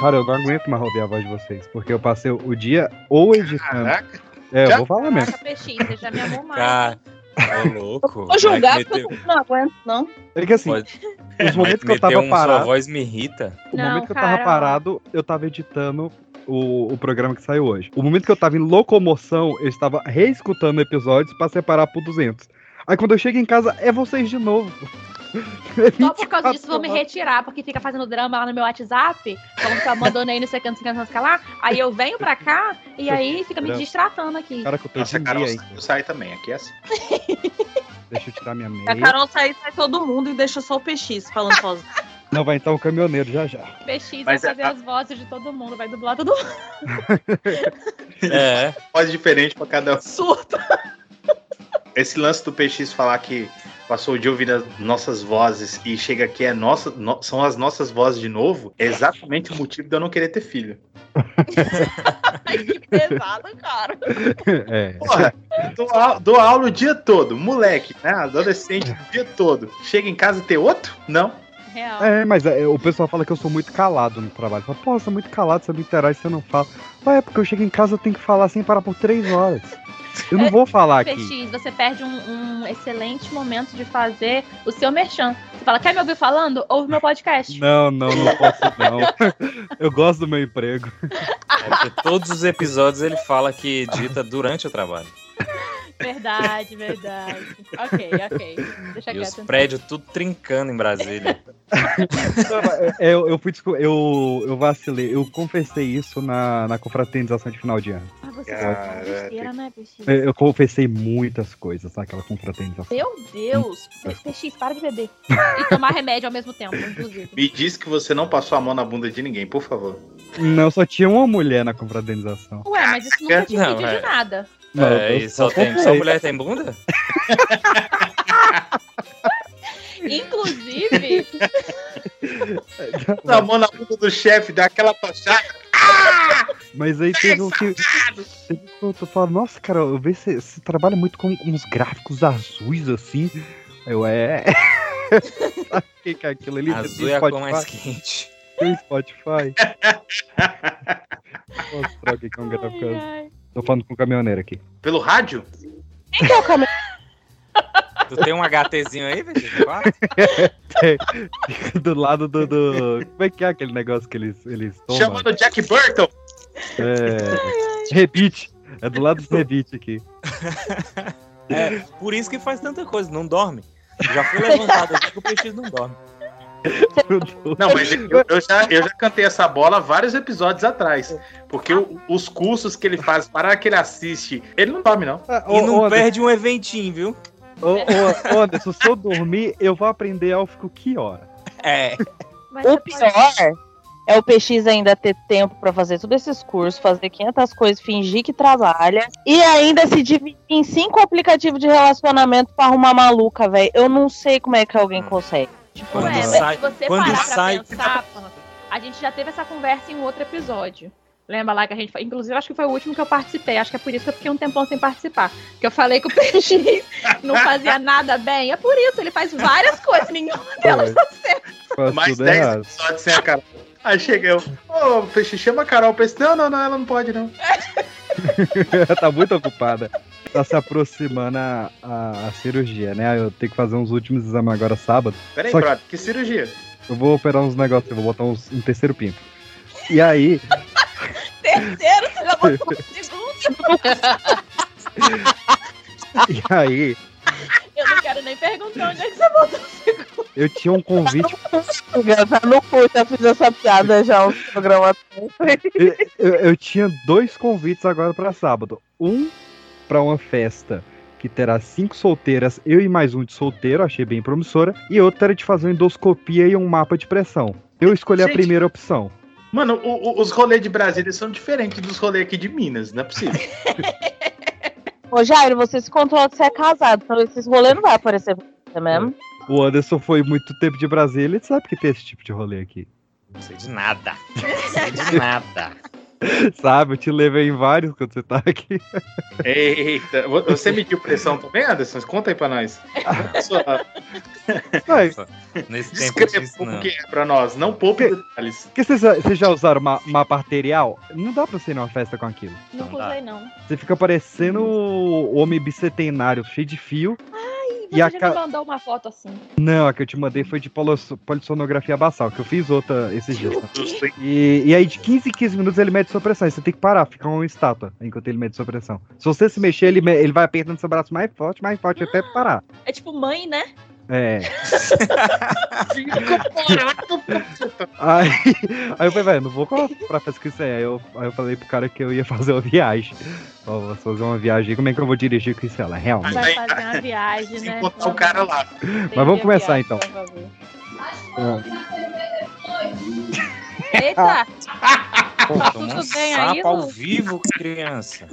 Cara, eu não aguento mais ouvir a voz de vocês, porque eu passei o dia ou editando. Caraca, é, eu já- vou falar mesmo. Nossa, peixinho, você já me amou mais. Cara, tá louco. Vou julgar Vai que porque meteu- eu não aguento, não. É que assim, Pode- os momentos que eu meter tava um sua parado. voz me irrita. O Não, momento que eu cara, tava ó. parado, eu tava editando o, o programa que saiu hoje. O momento que eu tava em locomoção, eu estava reescutando episódios pra separar por 200. Aí quando eu chego em casa, é vocês de novo. Só por causa disso, vou me retirar, porque fica fazendo drama lá no meu WhatsApp, como tá mandando aí, não sei o que, não sei o que, não sei o que lá. Aí eu venho pra cá e aí fica me distratando aqui. Cara, que eu tô nossa, de a Carol dia aí. sai- sai também, aqui é assim. Deixa eu tirar minha meia. Tá, A Carol sai, sai todo mundo e deixa só o PX falando sozinho. Não, vai entrar o caminhoneiro já já. PX vai Mas fazer a- as vozes de todo mundo, vai dublar todo mundo. É, Voz diferente pra cada um. Surto. Esse lance do PX falar que passou o dia ouvindo as nossas vozes e chega aqui, é nossa, no- são as nossas vozes de novo, é exatamente o motivo de eu não querer ter filho. Ai, que pesado, cara. é. Porra, dou, au- dou aula o dia todo, moleque, né? Adolescente o dia todo. Chega em casa e tem outro? Não. Real. É, mas é, o pessoal fala que eu sou muito calado no trabalho. Fala, pô, você é muito calado, você não interage, você não fala. Ué, é porque eu chego em casa, eu tenho que falar sem parar por três horas. Eu não vou falar aqui. PX, você perde um, um excelente momento de fazer o seu merchan. Você fala, quer me ouvir falando? Ouve meu podcast. Não, não, não posso não. Eu gosto do meu emprego. é porque todos os episódios ele fala que edita durante o trabalho. Verdade, verdade. ok, ok. Deixa E os Tá quieto. prédios tudo trincando em Brasília. É, eu, eu fui desco- eu, eu vacilei, eu confessei isso na, na confraternização de final de ano. É, Ah, você Cara, fala besteira, né, PX? Eu, eu confessei muitas coisas naquela confraternização. Meu Deus! P- PX, para de beber. E tomar remédio ao mesmo tempo, inclusive. Me diz que você não passou a mão na bunda de ninguém, por favor. Não, só tinha uma mulher na confraternização. Ué, mas isso nunca te Não, impediu é. de nada. Não, é, eu e só, tem, só confessei. mulher tem bunda? Inclusive, Passa a mão na bunda do chefe, dá aquela tochada. Mas aí teve um que. Teve um que eu tô falando, nossa, cara, eu vejo você, você trabalha muito com uns gráficos azuis assim. Eu é. Sabe o que, que é aquilo ali? Você tem Azul é a cor mais Spotify? quente. Tem Spotify. Vou mostrar o que que é um gráfico azul. ai, Tô falando com o caminhoneiro aqui. Pelo rádio? Quem que é o caminhoneiro? Tu tem um HTzinho aí, velho? Quatro? do lado do, do- Como é que é aquele negócio que eles, eles tomam? Chamando o Jack Burton. É... Rebite. É do lado do rebite aqui. É, por isso que faz tanta coisa, não dorme. Já fui levantado aqui que o peixe não dorme. Não, mas eu, eu já, eu já cantei essa bola vários episódios atrás. Porque o- os cursos que ele faz, para que ele assiste, ele não dorme, não. Ah, E ô, não ô, Anderson, perde um eventinho, viu? ô, ô, ô, Anderson, se eu dormir, eu vou aprender élfico que hora? É, mas O você pode- pior é o PX ainda ter tempo pra fazer todos esses cursos, fazer 500 coisas, fingir que trabalha e ainda se dividir em cinco aplicativos de relacionamento pra arrumar maluca, velho. Eu não sei como é que alguém consegue. Tipo, Quando Ué, mas sai- se você quando parar sai- pra pensar, a gente já teve essa conversa em um outro episódio. Lembra lá que a gente. Inclusive, acho que foi o último que eu participei. Acho que é por isso que eu fiquei um tempão sem participar. Que eu falei que o PX não fazia nada bem. É por isso, ele faz várias coisas, nenhuma delas tá certa. Faz Mais tudo 10 errado. episódios sem a Carol. Aí chega eu, ô, Peixe, chama a Carol. Peixe, não, não, não, ela não pode, não. tá muito ocupada. Tá se aproximando a, a, a cirurgia, né? Eu tenho que fazer uns últimos exames agora sábado. Peraí, Só que- brother, que cirurgia? Eu vou operar uns negócios, eu vou botar uns, um terceiro pinto. E aí, Terceiro, você já botou o segundo. e aí, Eu não quero nem perguntar onde é que você botou. eu tinha um convite tá no cu, já fiz essa piada já o programa todo. eu, eu tinha dois convites agora pra sábado. Um pra uma festa que terá cinco solteiras, eu e mais um de solteiro, achei bem promissora, e outra era de fazer uma endoscopia e um mapa de pressão. Eu escolhi a Gente. primeira opção. Mano, o- o- os rolês de Brasília são diferentes dos rolês aqui de Minas, não é possível. Ô, Jairo, você se controla que você é casado, então esses rolês não vai aparecer pra você mesmo. O Anderson foi muito tempo de Brasília, ele sabe que tem esse tipo de rolê aqui. não sei de nada. Não sei de nada. Sabe, eu te levei em vários quando você tá aqui. Eita, vo- você mediu pressão também, Anderson? Conta aí pra nós. Sua- Ué, Nesse tempo eu Descreva um disse, como não. que é pra nós. Não poupe detalhes. Porque vocês já- vocês já usaram ma- mapa arterial? Não dá pra você ir numa festa com aquilo. Nunca Então Tá. dá. usei, não. Você fica parecendo o homem bicentenário, cheio de fio. Ih, E Você a já ca- me mandou uma foto assim. Não, a que eu te mandei foi de polisso- polissonografia basal, que eu fiz outra esses dias. né? Justo, hein? E, e aí, de 15 em 15 minutos, ele mede sua pressão. E você tem que parar, fica uma estátua enquanto ele mede sua pressão. Se você se mexer, ele, me- ele vai apertando seu braço mais forte, mais forte, até parar. É tipo mãe, né? É. Caraca, Aí, aí eu falei, velho, não vou co- pra festa que isso é. Aí eu, aí eu falei pro cara que eu ia fazer uma viagem. Ó, vou fazer uma viagem, como é que eu vou dirigir com isso? Ela, realmente. Vai Aí, fazer uma viagem, se né? encontrar o cara lá. Mas vamos começar, então. É. Eita, Pô, Tá tomou um tudo bem sapo aí, ao Lu? vivo, criança.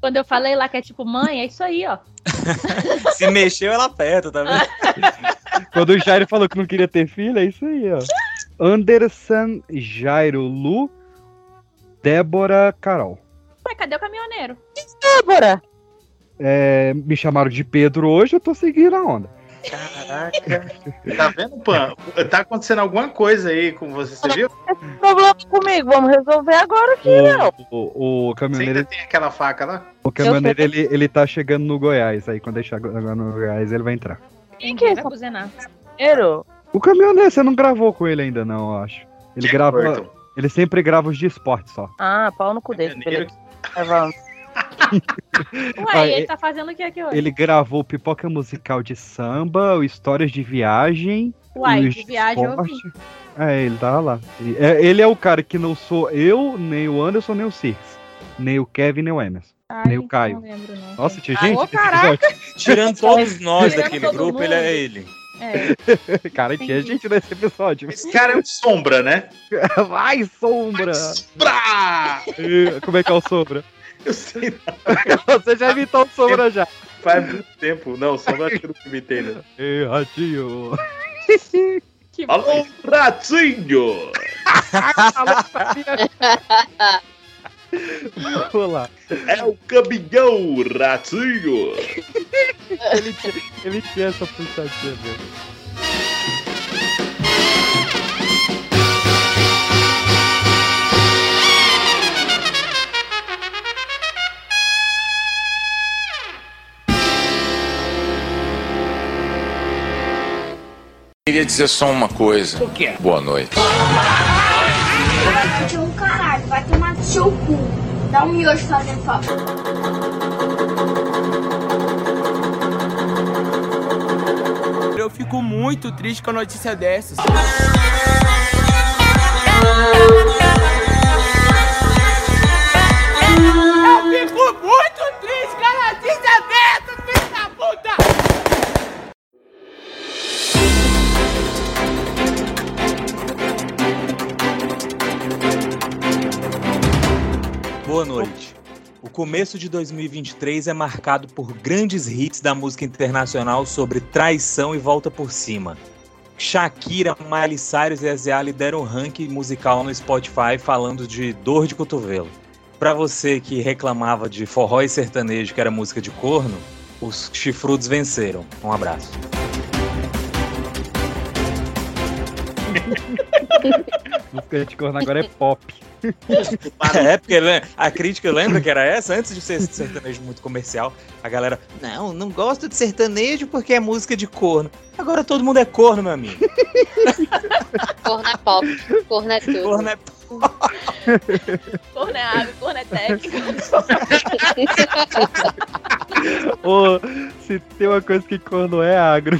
quando eu falei lá que é tipo mãe, é isso aí, ó. Se mexeu, ela aperta, tá vendo? Quando o Jairo falou que não queria ter filho, é isso aí, ó. Anderson, Jairo, Lu, Débora, Carol. Ué, cadê o caminhoneiro? Débora! É, me chamaram de Pedro hoje, eu tô seguindo a onda. Caraca. Tá vendo, Pan? Tá acontecendo alguma coisa aí com você, você viu? Problema comigo, vamos resolver agora. O, o- o Você caminhoneiro, ainda tem aquela faca lá? o caminhoneiro ele, ele tá chegando no Goiás. Aí quando ele chegar no Goiás, ele vai entrar. Quem que é Vai esse buzinar. primeiro? O caminhoneiro, você não gravou com ele ainda, não, eu acho. Ele Jack grava. Burton. Ele sempre grava os de esporte só. Ah, pau no cu dele. Caminhoneiro beleza. Tá Vai, vamos. Ué, Ah, e ele é- tá fazendo o que aqui hoje? Ele gravou pipoca musical de samba, o histórias de viagem. Uai, Luiz de viagem eu vi. Forte. É, ele tava lá. Ele é, ele é o cara que não sou eu, nem o Anderson, nem o Cirques. Nem o Kevin, nem o Emerson. Ai, Nem o gente, Caio. Não lembro, não. Nossa, tinha Ah, gente. ô, nesse caraca! episódio. Tirando todos nós Tirando daquele todo grupo, ele mundo. é ele. É. Cara, tinha gente nesse episódio. Esse cara é um sombra, né? Vai, sombra! Pra! Eh, Como é que é o sombra? Eu sei, Você já imitou o sombra já. faz muito tempo. Não, sombra acho que eu não imitei, né? Ei, ratinho. Que bom. Alô, Pratinho! Vamos lá. É o caminhão, Ratinho! Ele tinha, ele tinha essa pulsadinha mesmo. Queria dizer só uma coisa. O quê? Boa noite. Vai um caralho, vai tomar no seu cu. Dá um miojo fazendo favor. Eu fico muito triste com a notícia dessas. Eu fico muito triste com a notícia dessas, filho da puta! Boa noite. O começo de 2023 é marcado por grandes hits da música internacional sobre traição e volta por cima. Shakira, Miley Cyrus e Azealia lideram o ranking musical no Spotify falando de dor de cotovelo. Pra você que reclamava de forró e sertanejo que era música de corno, os chifrudos venceram. Um abraço. Música de corno agora é pop. É, porque le- a crítica lembra que era essa, antes de ser esse sertanejo muito comercial, a galera, não, não gosto de sertanejo porque é música de corno. Agora todo mundo é corno, meu amigo. Corno é pop, corno é tudo. Corno é... Corno é água, corno é técnico. Ô, se tem uma coisa que corno é agro.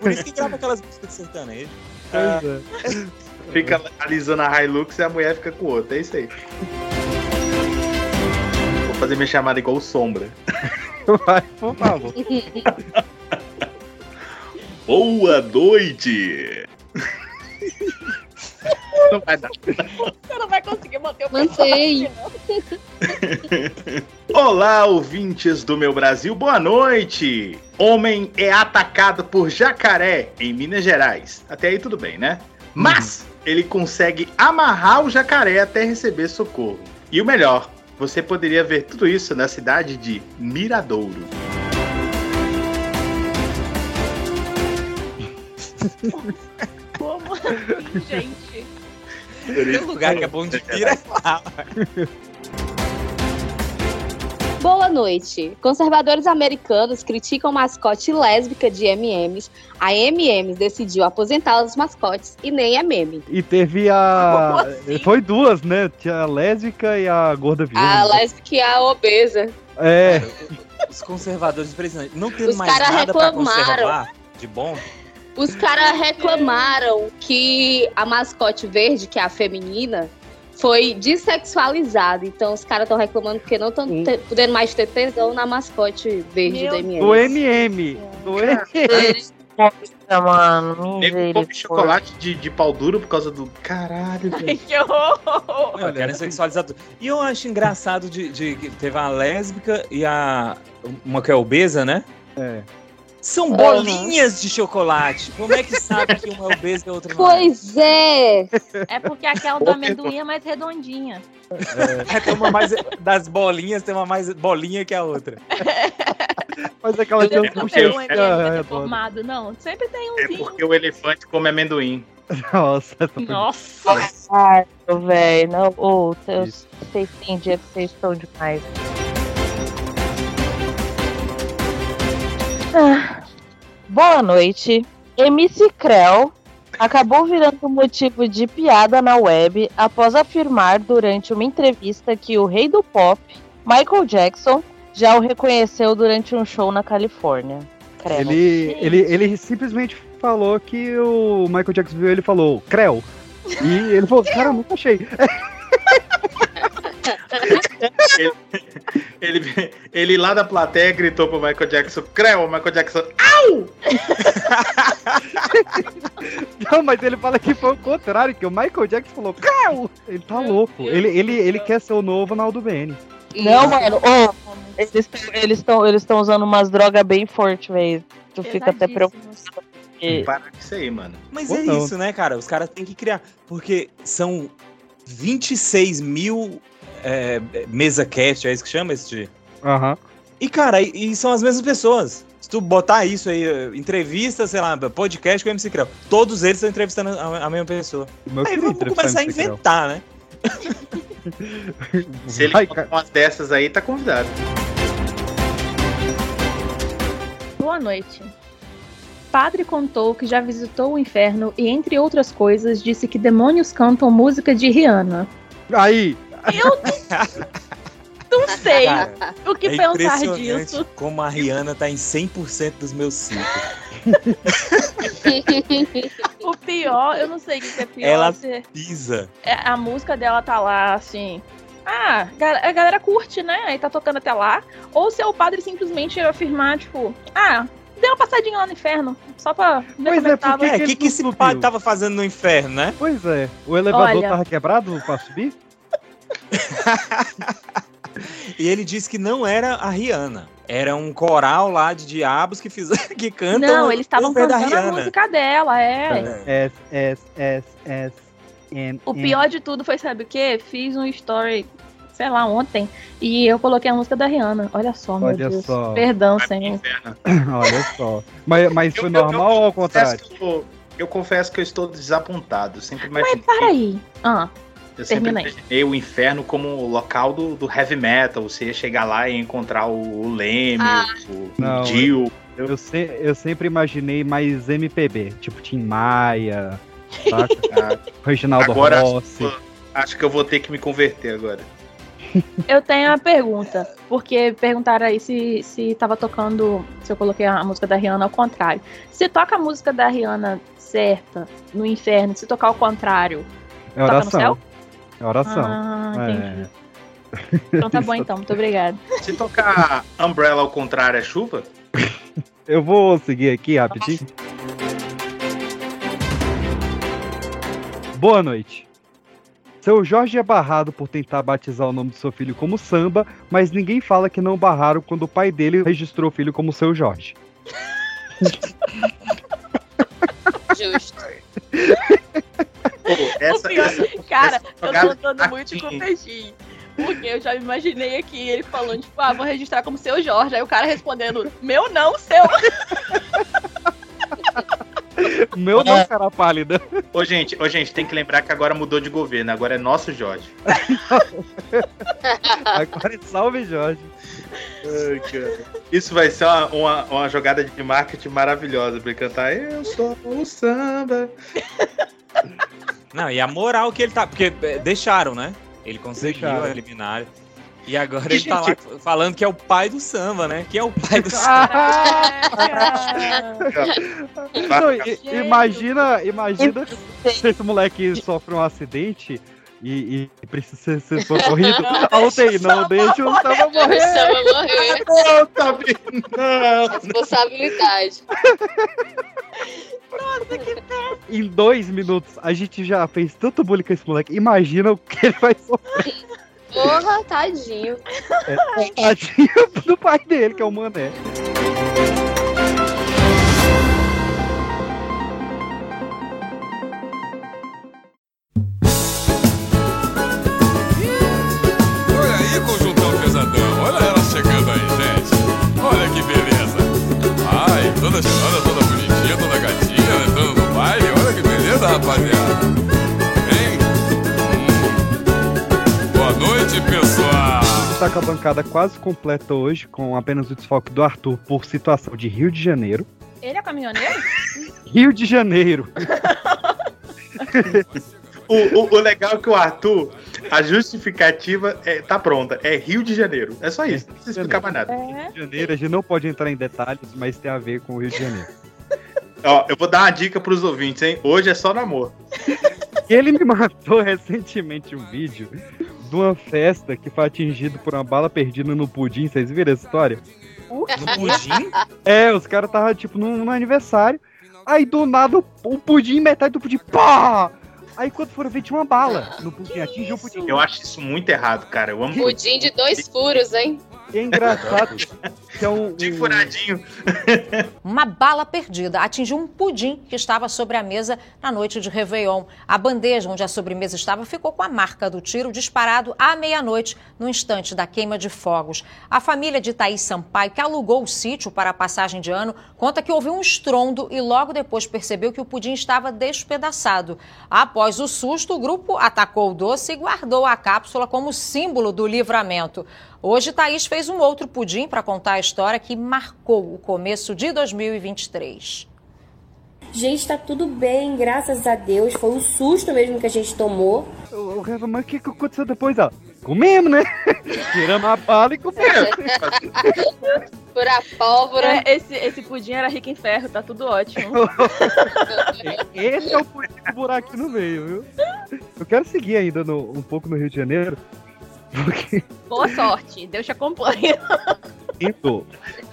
Por isso que grava aquelas músicas de sertanejo. Ah, Pois é. Fica alisando a Hilux e a mulher fica com o outro. É isso aí. Vou fazer minha chamada igual o Sombra. Vai, por favor. Boa noite! Não vai dar. Você não vai conseguir manter o Mantém. personagem, não. Olá, ouvintes do meu Brasil, boa noite! Homem é atacado por jacaré em Minas Gerais. Até aí tudo bem, né? Mas ele consegue amarrar o jacaré até receber socorro. E o melhor, você poderia ver tudo isso na cidade de Miradouro. Como assim, gente? Tem lugar que é bom de pira. Boa noite. Conservadores americanos criticam mascote lésbica de MMs. A MMs decidiu aposentar os mascotes e nem é meme. E teve a. Como assim? Foi duas, né? Tinha a lésbica e a gorda viúva. A lésbica e a obesa. É, Os conservadores impressionantes. Não tendo Os mais cara nada pra reclamaram. conservar de bom. Os caras reclamaram que a mascote verde, que é a feminina, foi dessexualizada. Então os caras estão reclamando porque não estão Hum. podendo mais ter tesão na mascote verde Meu do MM. do MM. Do MM. Puta, Nego come mano. Misericórdia. chocolate um de, de pau duro por causa do. Caralho, velho. Que horror! Não, né, querem sexualizar tudo. é E eu acho engraçado de, de que teve a lésbica e a. Uma que é obesa, né? É. São bolinhas de chocolate. Como é que sabe que uma é obesa e a outra não é? Pois é! É porque aquela do amendoim é mais redondinha. É, tem uma mais das bolinhas, tem uma mais bolinha que a outra. Mas aquela que eu Nunca não porque tem sei. o um MM deformado, não. Sempre tem É umzinho. porque o elefante come amendoim. Nossa, essa foi- Nossa, Caralho, velho. Não, ô, eu Isso. sei que tem dia que vocês estão demais. Ah, boa noite. MC Creu acabou virando motivo de piada na web após afirmar durante uma entrevista que o rei do pop, Michael Jackson, já o reconheceu durante um show na Califórnia. Credo. ele, ele, ele simplesmente falou que o Michael Jackson viu ele e falou, Creu. E ele falou, cara, eu nunca achei. Ele, ele lá da plateia gritou pro Michael Jackson: Creu, Michael Jackson. Não, mas ele fala que foi o contrário, que o Michael Jackson falou, Creu! Ele tá Meu louco. Deus Ele, do ele, céu. ele quer ser o novo Naldo Bene. Não, mano, ô, eles estão eles tão, eles tão usando umas drogas bem fortes, velho. Tu fica até preocupado. Pesadíssimos. porque- Para com isso aí, mano. Mas Ou é não. isso, né, cara? Os caras têm que criar. Porque são 26 mil é, mesa cast, é isso que chama esse de? Aham. E, cara, e, e são as mesmas pessoas. Se tu botar isso aí, eh, entrevista, sei lá, podcast com o MC Creu, todos eles estão entrevistando a, a mesma pessoa. Meu Aí querido, vamos deve estar começar a em Creu. inventar, né? Se ele Vai, contar cara. umas dessas aí, tá convidado. Boa noite. Padre contou que já visitou o inferno e, entre outras coisas, disse que demônios cantam música de Rihanna. Aí, Não sei o que é pensar impressionante disso. como a Rihanna tá em 100% dos meus ciclos. O pior, eu não sei o que que é pior. Ela- se Pisa. é- a música dela tá lá, assim. Ah, ga- a galera curte, né? Aí tá tocando até lá. Ou se é o padre simplesmente afirmar, tipo, ah, dei uma passadinha lá no inferno, só pra ver Pois como é, é que tava. porque- É, que o ele que, que não esse subiu? padre tava fazendo no inferno, né? pois é. O elevador Olha. tava quebrado pra subir? E ele disse que não era a Rihanna. Era um coral lá de diabos que, fiz... que cantam. Não, eles estavam cover da cantando a Rihanna. música dela, é. S, S, S, S. N, O N. pior de tudo foi, sabe o quê? Fiz um story, sei lá, ontem, e eu coloquei a música da Rihanna. Olha só, meu Olha Deus. só. Perdão, Vai pro Senhor. inferno. Olha só. Mas, mas foi Eu- eu- normal ou ao Confesso contrário? que eu, tô- eu confesso que eu estou desapontado. Sempre mais Mas para aí. Ah, Eu sempre Termina aí. imaginei o inferno como o local do, do heavy metal. Você ia chegar lá e encontrar o, o Leme, Ah. o, Não, o Dio. Eu, se- eu sempre imaginei mais MPB, tipo Tim Maia, saca? Ah, Reginaldo Agora- Rossi. acho que eu vou ter que me converter agora. eu tenho uma pergunta, porque perguntaram aí se, se tava tocando, se eu coloquei a música da Rihanna ao contrário. Se toca a música da Rihanna certa no inferno, se tocar ao contrário. É no oração. céu? É oração. Tá Ah, É. entendi. Então tá bom então, muito obrigada. Se tocar Umbrella ao contrário é chuva, Eu vou seguir aqui rapidinho. Boa noite. Seu Jorge é barrado por tentar batizar o nome do seu filho como samba, mas ninguém fala que não barraram quando o pai dele registrou o filho como seu Jorge. Justo. Pô, essa, pior- é essa, Cara, eu jogaram tô andando muito com cartinha. o peixinho. Porque eu já me imaginei aqui ele falando, tipo, ah, vou registrar como seu Jorge. Aí o cara respondendo, meu não, seu. Meu É. não, cara pálida. Ô, gente, ô, gente, tem que lembrar que agora mudou de governo, agora é nosso Jorge. Agora é salve Jorge. Isso vai ser uma, uma, uma jogada de marketing maravilhosa pra ele cantar Eu sou o samba. Não, e a moral que ele tá. Porque é, deixaram, né? Ele conseguiu Deixaram. eliminar. E agora ele tá Gente. lá falando que é o pai do samba, né? Que é o pai do samba. Ah. Caraca. Não, i- imagina, imagina se esse moleque sofre um acidente e, e precisa ser, ser socorrido. Não, A UTI, não deixa o deixa o samba morrer. Samba morrer, Não, Tabi, não. responsabilidade. Em dois minutos, a gente já fez tanto bullying com esse moleque. Imagina o que ele vai sofrer Porra, tadinho. tadinho do pai dele, que é o Mané. Olha aí, conjuntão pesadão. Olha ela chegando aí, gente. Olha que beleza. Ai, toda chorada, toda bonitinha, toda gatinha, né? Toda no baile. Olha que beleza, rapaziada. Hein? Hum. Boa noite, pessoal. Tá com a bancada quase completa hoje, com apenas o desfoque do Arthur por situação de Rio de Janeiro. Ele é caminhoneiro? Rio de Janeiro. O, o- o legal é que o Arthur, a justificativa é, tá pronta. É Rio de Janeiro. É só isso. Não precisa explicar mais nada. É. Rio de Janeiro, a gente não pode entrar em detalhes, mas tem a ver com o Rio de Janeiro. Ó, eu vou dar uma dica pros ouvintes, hein? Hoje é só namoro. Ele me mandou recentemente um vídeo de uma festa que foi atingido por uma bala perdida no pudim. Vocês viram essa história? No pudim? É, os caras estavam, tipo, num, num aniversário. Aí, do nada, o- o pudim, metade do pudim, pá! Aí, quando foram ver, tinha uma bala no pudim. Atingiu o pudim. Eu acho isso muito errado, cara. Eu amo pudim, Pudim de dois furos, hein? É engraçado que é um... um- Tipo, né? furadinho. Uma bala perdida atingiu um pudim que estava sobre a mesa na noite de Réveillon. A bandeja onde a sobremesa estava ficou com a marca do tiro disparado à meia-noite, no instante da queima de fogos. A família de Thaís Sampaio, que alugou o sítio para a passagem de ano, conta que ouviu um estrondo e logo depois percebeu que o pudim estava despedaçado. Após o susto, o grupo atacou o doce e guardou a cápsula como símbolo do livramento. Hoje, Thaís fez um outro pudim para contar a história que marcou o começo de 2023. Gente, tá tudo bem, graças a Deus. Foi um susto mesmo que a gente tomou. O Reva, mas o que, que aconteceu depois? Ela, comemos, né? Tiramos a bala e comemos. Por a pólvora. É, esse, esse pudim era rico em ferro, tá tudo ótimo. Esse é o pudim do buraco aqui no meio, viu? Eu quero seguir ainda no- um pouco no Rio de Janeiro, porque Boa sorte, Deus te acompanha. momento,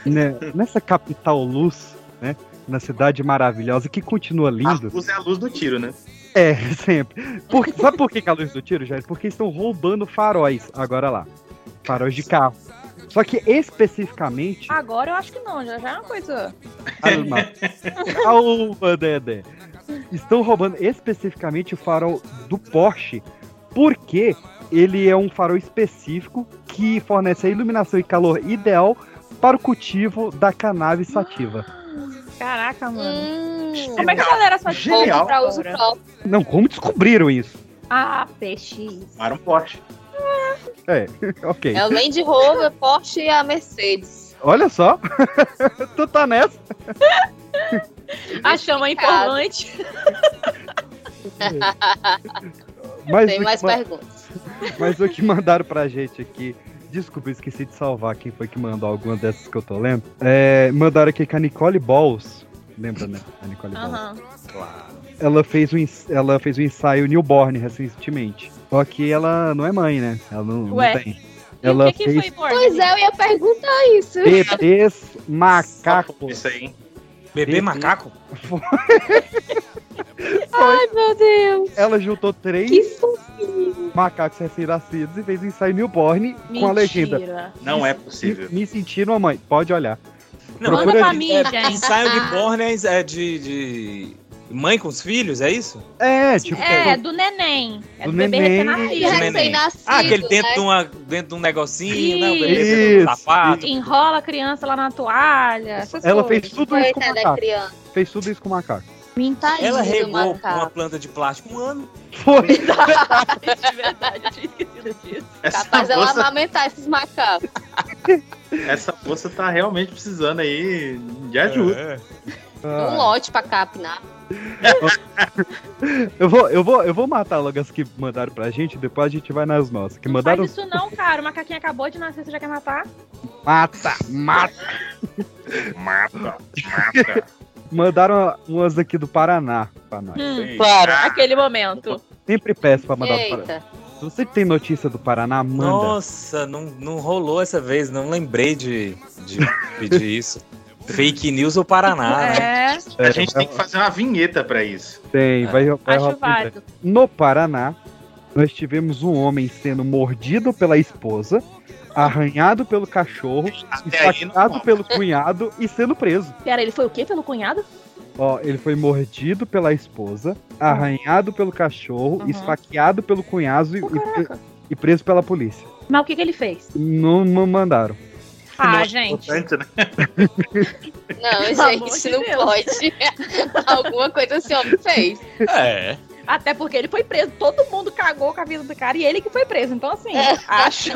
né, nessa capital luz, né? Na cidade maravilhosa, que continua A linda. luz é a luz do tiro, né? É, sempre. Por- sabe por que que a luz do tiro, Jair? Porque estão roubando faróis agora lá. Faróis de carro. Só que especificamente. Agora eu acho que não, já, já é uma coisa. Calma. Calma, Dedé. Estão roubando especificamente o farol do Porsche, porque ele é um farol específico que fornece a iluminação e calor ideal para o cultivo da cannabis sativa. Caraca, mano. Hum, Como é que a galera só Genial. descobre pra uso agora? próprio. Não, como descobriram isso? Ah, peixe. Para um poste. ok. É o Land Rover, Porsche e a Mercedes. Olha só. tu tá nessa. A chama é informante. Mas, Tem o, mais que ma- perguntas. mas o que mandaram pra gente aqui. Desculpa, eu esqueci de salvar quem foi que mandou alguma dessas que eu tô lendo. É, mandaram aqui que a Nicole Balls. Lembra, né? A Nicole Balls. Aham. Ela fez, um, ens- ela fez um ensaio newborn recentemente. Só que ela não é mãe, né? Ela não, não Ué. tem. E Ela o que, que fez foi Borne? Pois é, eu ia perguntar isso. bebês macacos. Isso aí, hein? Bebê macaco? Ai, meu Deus. Ela juntou três Que susto. macacos recém-nascidos e fez um ensaio newborn com a legenda. Não é possível. Me, me sentindo uma mãe, pode olhar. Não, Manda Procura pra ali. mim, é, gente. ensaio de porn é, é de, de mãe com os filhos, é isso? É, tipo, É, do neném. É do, Do bebê neném. E recém-nascido. recém-nascido. Ah, aquele dentro, né? de, uma, dentro de um negocinho, né? O bebê Isso. dentro de um sapato. Enrola a criança lá na toalha. essas ela coisas. fez tudo isso com né, Coitada da macaco. é, né, criança. Fez tudo isso com macaco. Tadinho Ela do regou com macaco. uma planta de plástico um ano. Foi. De verdade, eu tinha esquecido disso. Essa Capaz ela moça, amamentar esses macacos. essa moça tá realmente precisando aí de É ajuda. Ah. Ah, Um lote pra capinar. Eu vou, eu vou, eu vou matar logo as que mandaram pra gente, depois a gente vai nas nossas. Que Não mandaram. faz isso não, cara. O macaquinho acabou de nascer, você já quer matar? Mata, mata. É, Mata, mata. Mandaram umas aqui do Paraná pra nós. Hum, Claro. aquele momento. Sempre peço pra mandar do Paraná. Eita. Se você tem notícia do Paraná, manda. Nossa, não, não rolou essa vez, não lembrei de, de pedir isso. Fake news ou Paraná, né? é, A gente tem que fazer uma vinheta pra isso. Tem, vai, vai acho rolar pra válido. gente. No Paraná, nós tivemos um homem sendo mordido pela esposa, arranhado pelo cachorro, Até aí não esfaqueado rola. pelo cunhado e sendo preso. Pera, ele foi o quê pelo cunhado? Ó, ele foi mordido pela esposa, arranhado pelo cachorro, Uhum. esfaqueado pelo cunhado e, Ô, e pre- caraca. e preso pela polícia. Mas o que, que ele fez? Não, não mandaram. Ah, Nossa, gente. importante, né? Não, Pelo amor gente, de não Deus. pode. Alguma coisa esse homem fez. É. Até porque ele foi preso. Todo mundo cagou com a vida do cara e ele que foi preso. Então, assim, É. acho.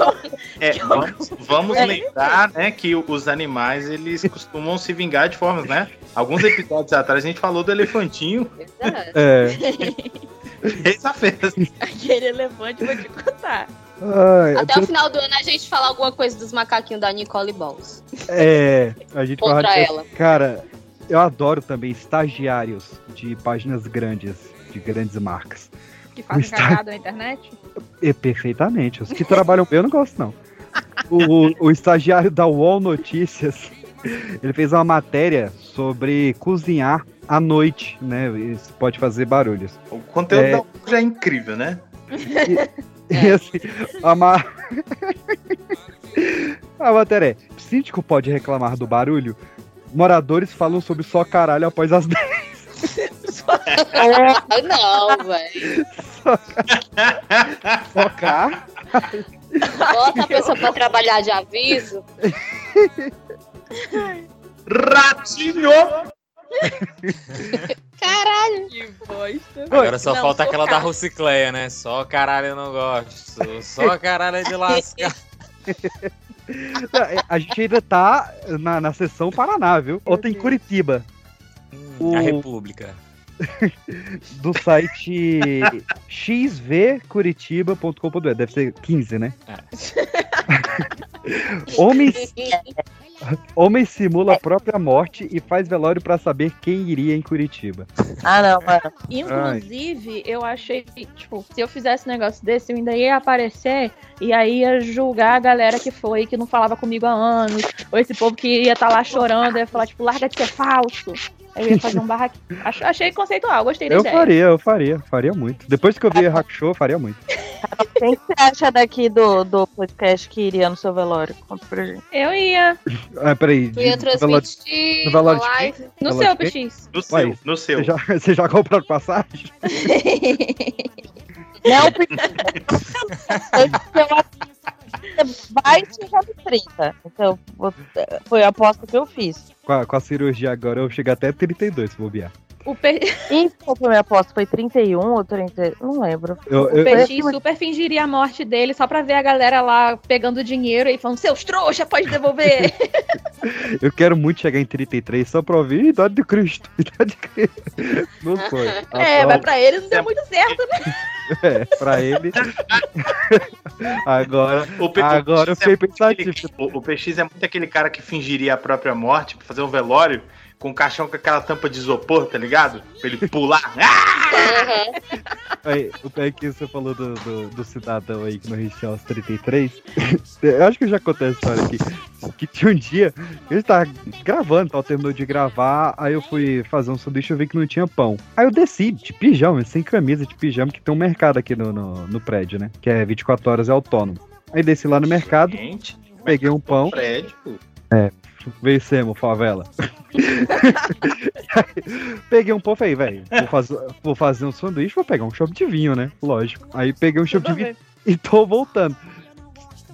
É, vamos, vamos É. lembrar né, que os animais eles costumam se vingar de formas, né? Alguns episódios atrás a gente falou do elefantinho Exato. É. fez a festa. Aquele elefante, vou te contar. Ai, Até tu- o final do ano a gente fala alguma coisa dos macaquinhos da Nicole Balls. é, a gente vai Contra ela. Cara, eu adoro também estagiários de páginas grandes, de grandes marcas. Que fazem Está- cagada na internet. E perfeitamente. Os que trabalham bem eu não gosto, não. O, o estagiário da UOL Notícias, ele fez uma matéria sobre cozinhar à noite, né? Isso pode fazer barulhos. O conteúdo É. da Ujo é incrível, né? E assim, a, ma... a matéria é: síndico pode reclamar do barulho? Moradores falam sobre só caralho após as 10. Ah, não, velho. Focar. Bota a pessoa pra trabalhar de aviso. Ratinho! Caralho. Que bosta. Agora só Não, falta sou aquela da cara. Rucicleia, né? Só caralho eu não gosto. Só caralho é de lascar. é, A gente ainda tá na, na sessão Paraná, viu? Outra em Curitiba, Hum, O- A República. do site xvcuritiba.com.br. Deve ser 15, né? homem, homem simula a própria morte e faz velório pra saber quem iria em Curitiba. Ah, não, mano. Inclusive, eu achei que, tipo, se eu fizesse um negócio desse, eu ainda ia aparecer e aí ia julgar a galera que foi, que não falava comigo há anos, ou esse povo que ia estar lá chorando, ia falar, tipo, larga de ser falso. Eu ia fazer um barraquinho. Ach- achei conceitual, gostei da Eu ideia. faria, eu faria, faria muito. Depois que eu Tá vi Hack Show, eu faria muito. Quem que você acha daqui do, do podcast que iria no seu velório? Conta pra gente. Eu ia. Ah, peraí. Tu ia de- velo- transmitir velo- uma velo- live. No Ela seu, de PX. No seu, Ué, no seu. Você já, você já comprou passagem? Não, porque- eu acho que vai chegar no 30. Então, vou- foi a aposta que eu fiz. Com a, com a cirurgia agora, eu chego até 32, se bobear. O, P... E qual foi a minha aposta? Foi 31 ou 30? Não lembro. Eu, o eu, PX super fingiria a morte dele só pra ver a galera lá pegando dinheiro e falando, seus trouxa, pode devolver. Eu quero muito chegar em 33 só pra ouvir Idade de Cristo. Idade de Cristo. Não foi. é, mas Agora, pra ele não deu muito certo. é, pra ele. agora, O P- agora eu o PX é fiquei muito aquele- pensativo. o, o PX é muito aquele cara que fingiria a própria morte pra fazer um velório com o caixão com aquela tampa de isopor, tá ligado? Pra ele pular. Ah! Aí, o pé que você falou do, do, do cidadão aí que morreu aos 33. eu acho que eu já contei essa história aqui. Que tinha um dia, ele tava gravando, tal, terminou de gravar, aí eu fui fazer um sanduíche e vi que não tinha pão. Aí eu desci de pijama, sem camisa, de pijama, que tem um mercado aqui no, no, no prédio, né? Que é 24 horas, é autônomo. Aí desci lá no mercado, Ah, Gente, peguei um pão, prédio. vencemos, favela. peguei um pão, falei, velho, vou, fazer- vou fazer um sanduíche, vou pegar um chopp de vinho, né? Lógico. Aí peguei um chopp de vinho e tô voltando.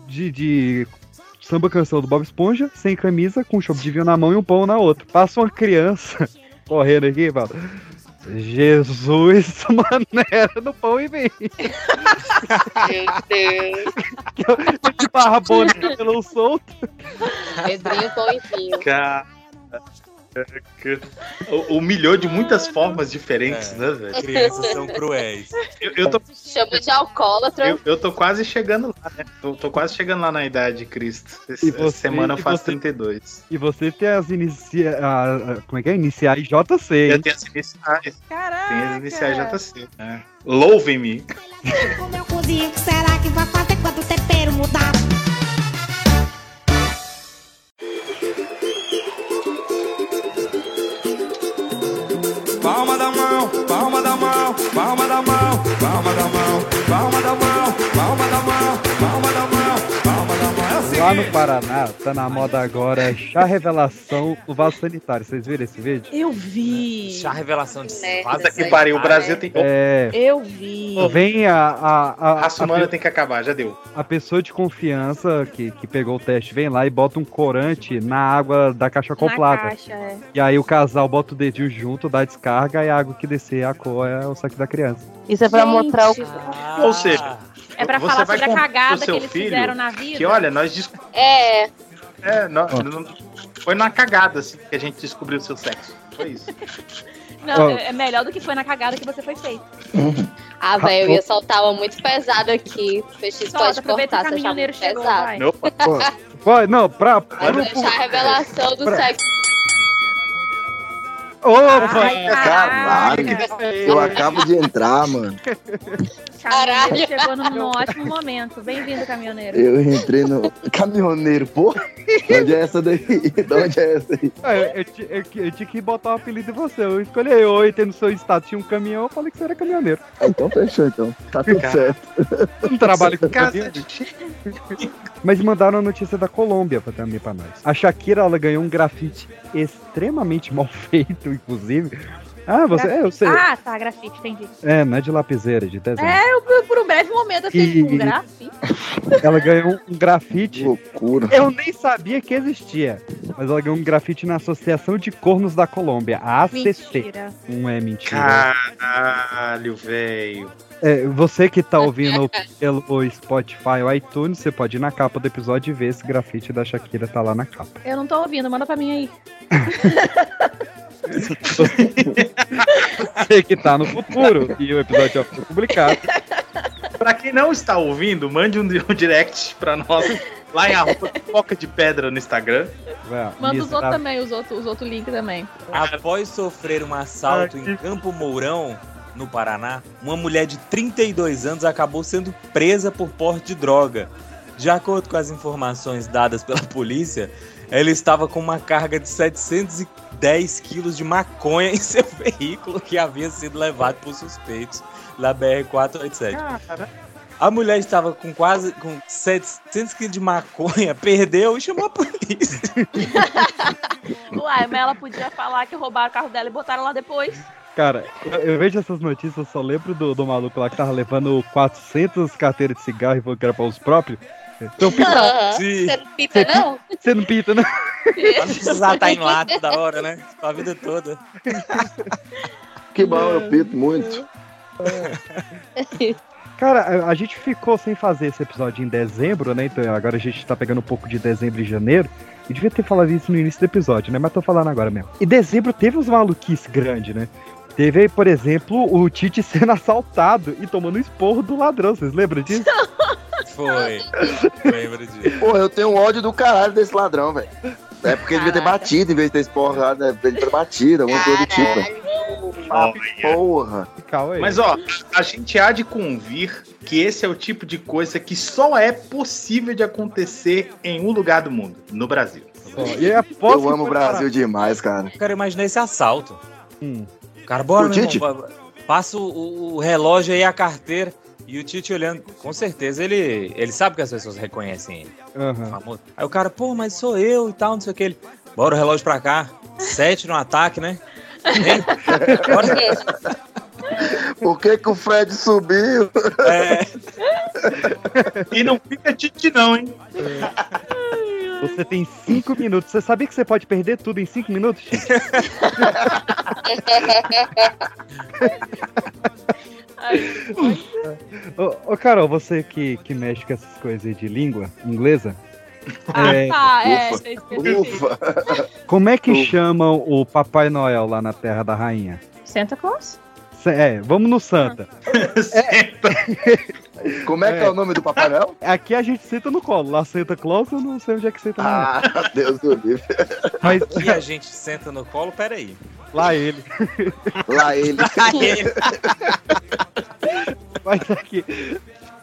De, de samba canção do Bob Esponja, sem camisa, com um chopp de vinho na mão e um pão na outra. Passa uma criança correndo aqui e fala. Jesus, maneira no pão e vinho. Meu Deus. De barbona, cabelo solto. Pedrinho Pão e Vinho. Caraca. Hu- Humilhou de muitas formas diferentes, É. né, velho? Crianças são cruéis. Eu, eu tô, Chama de alcoólatra. eu, eu tô quase chegando lá, né? Tô, tô quase chegando lá na idade de Cristo. Essa E você- semana eu e faço você- 32. E você tem as inicia... a- a- como é que é? Iniciais JC, hein? Eu tenho as iniciais. Tenho as Ah, Caraca! iniciais JC. né? Louvem-me. O meu cozinho, que será que vai fazer quando o tempero mudar? Palma da mão, palma da mão, palma da mão, palma da mão, palma da mão, palma da mão, palma da mão, palma da mão. É o Lá no seguinte. Paraná, tá na moda agora chá revelação, o vaso sanitário. Vocês viram esse vídeo? Eu vi! Chá revelação de Merda, vaza Puta Essa que aí pariu, o para, Brasil né? tem. Ô, É. Eu vi! Vem a, a, a, a, raça humana pe- tem que acabar, já deu. a pessoa de confiança que, que pegou o teste, vem lá e bota um corante na água da caixa Na acoplada. caixa, é. E aí o casal bota o dedinho junto, dá a descarga e a água que descer a cor é o saque da criança. Isso é pra Gente. mostrar o. Ah, Ou seja, É pra Você falar vai sobre a contar pro cagada que seu eles filho fizeram na vida. Que olha, nós discu- É, é, nós- Ó. não- Foi na cagada assim, que a gente descobriu o seu sexo. Foi isso. Não, Ó. é é melhor do que foi na cagada que você foi feito. Ah, velho, eu ia soltar uma muito pesada aqui. Peixe Só pode aproveita cortar, que o se achar caminhoneiro muito chegou, pesado. vai. Opa. Vai, não, pra. Vai pro- deixar a revelação do Pra- sexo. Opa! Caralho! Eu acabo de entrar, mano. Caralho! Caralho. Chegou num, num ótimo momento. Bem-vindo, caminhoneiro. Eu entrei no caminhoneiro, porra. De onde é essa daí? De onde é essa aí? Ah, Eu, eu ti- eu, eu tinha que botar o apelido em você. Eu escolhi eu, eu entrei no seu status, tinha um caminhão, eu falei que você era caminhoneiro. Ah, então fechou, então. Tá tudo Cara. certo. Eu não um trabalho com caminhão. Casa de- Mas mandaram a notícia da Colômbia pra- também pra nós. A Shakira, ela ganhou um grafite extremamente mal feito, inclusive. Ah, você. É, eu sei. Ah, tá, grafite, entendi. É, não é de lapiseira, de desenho. É, eu, eu, por um breve momento eu fiquei E- com um grafite. Ela ganhou um Que grafite. loucura. Eu nem sabia que existia. Mas ela ganhou um grafite na Associação de Cornos da Colômbia, a ACC. Mentira. Não é mentira. Caralho, velho. É, você que tá ouvindo pelo Spotify ou iTunes, você pode ir na capa do episódio e ver esse grafite da Shakira tá lá na capa. Eu não tô ouvindo, manda pra mim aí. Você que tá no futuro e o episódio já foi publicado. Pra quem não está ouvindo, mande um, um direct pra nós lá em arroba Pipoca de Pedra no Instagram. Vai, Manda os miserável. outros também, os outros os outros links também. Após sofrer um assalto em Campo Mourão, no Paraná, uma mulher de 32 anos acabou sendo presa por porte de droga. De acordo com as informações dadas pela polícia, ela estava com uma carga de 710 quilos de maconha em seu veículo que havia sido levado por suspeitos da BR-487. A mulher estava com quase com 700 quilos de maconha, perdeu e chamou a polícia. Uai, mas ela podia falar que roubaram o carro dela e botaram lá depois. Cara, eu, eu vejo essas notícias, eu só lembro do, do maluco lá que tava levando 400 carteiras de cigarro e falou que era pra os próprios. Então, pinta, Aham. Sim. Você não pinta, não? você não pinta, né? Pra não precisar estar em lata da hora, né? A vida toda. Que bom, eu pito muito. Cara, a, a gente ficou sem fazer esse episódio em dezembro, né? Então agora a gente tá pegando um pouco de dezembro e janeiro. Eu devia ter falado isso no início do episódio, né? Mas tô falando agora mesmo. E dezembro teve uns maluquices grandes, né? Teve, por exemplo, o Tite sendo assaltado e tomando esporro do ladrão. Vocês lembram disso? Foi. Lembro disso. Porra, eu tenho um ódio do caralho desse ladrão, velho. É porque ele devia ter batido em vez de ter esporrado, né? Ele ter batido, alguma coisa do tipo. Ah, porra. Calma Mas ó, a gente há de convir que esse é o tipo de coisa que só é possível de acontecer em um lugar do mundo, no Brasil. Eu amo o Brasil demais, cara. Eu quero imaginar esse assalto. Cara, bora, Hum. O meu Tite? irmão, va- Passa o- o, o relógio aí, a carteira. E o Tite olhando, com certeza ele, ele sabe que as pessoas reconhecem ele. é famoso. Aí o cara, pô, mas sou eu e tal, não sei o que. Ele, bora o relógio pra cá. Sete no ataque, né? Por que, que o Fred subiu? E não fica Tite, não, hein? Você tem cinco minutos. Você sabia que você pode perder tudo em cinco minutos? Chico? ô, ô, Carol, você que, que mexe com essas coisas aí de língua inglesa, Ah, é, tá, é, ufa, você esqueceu. como é que Ufa. chamam o Papai Noel lá na Terra da Rainha? Santa Claus? Cê- É, vamos no Santa. Como é que é o nome do Papai Noel? Aqui a gente senta no colo. Lá Santa Claus, eu não sei onde é que senta. não. Ah, Deus do livro. Mas E a gente senta no colo, peraí. lá ele. Lá ele. Aí ele, Mas aqui,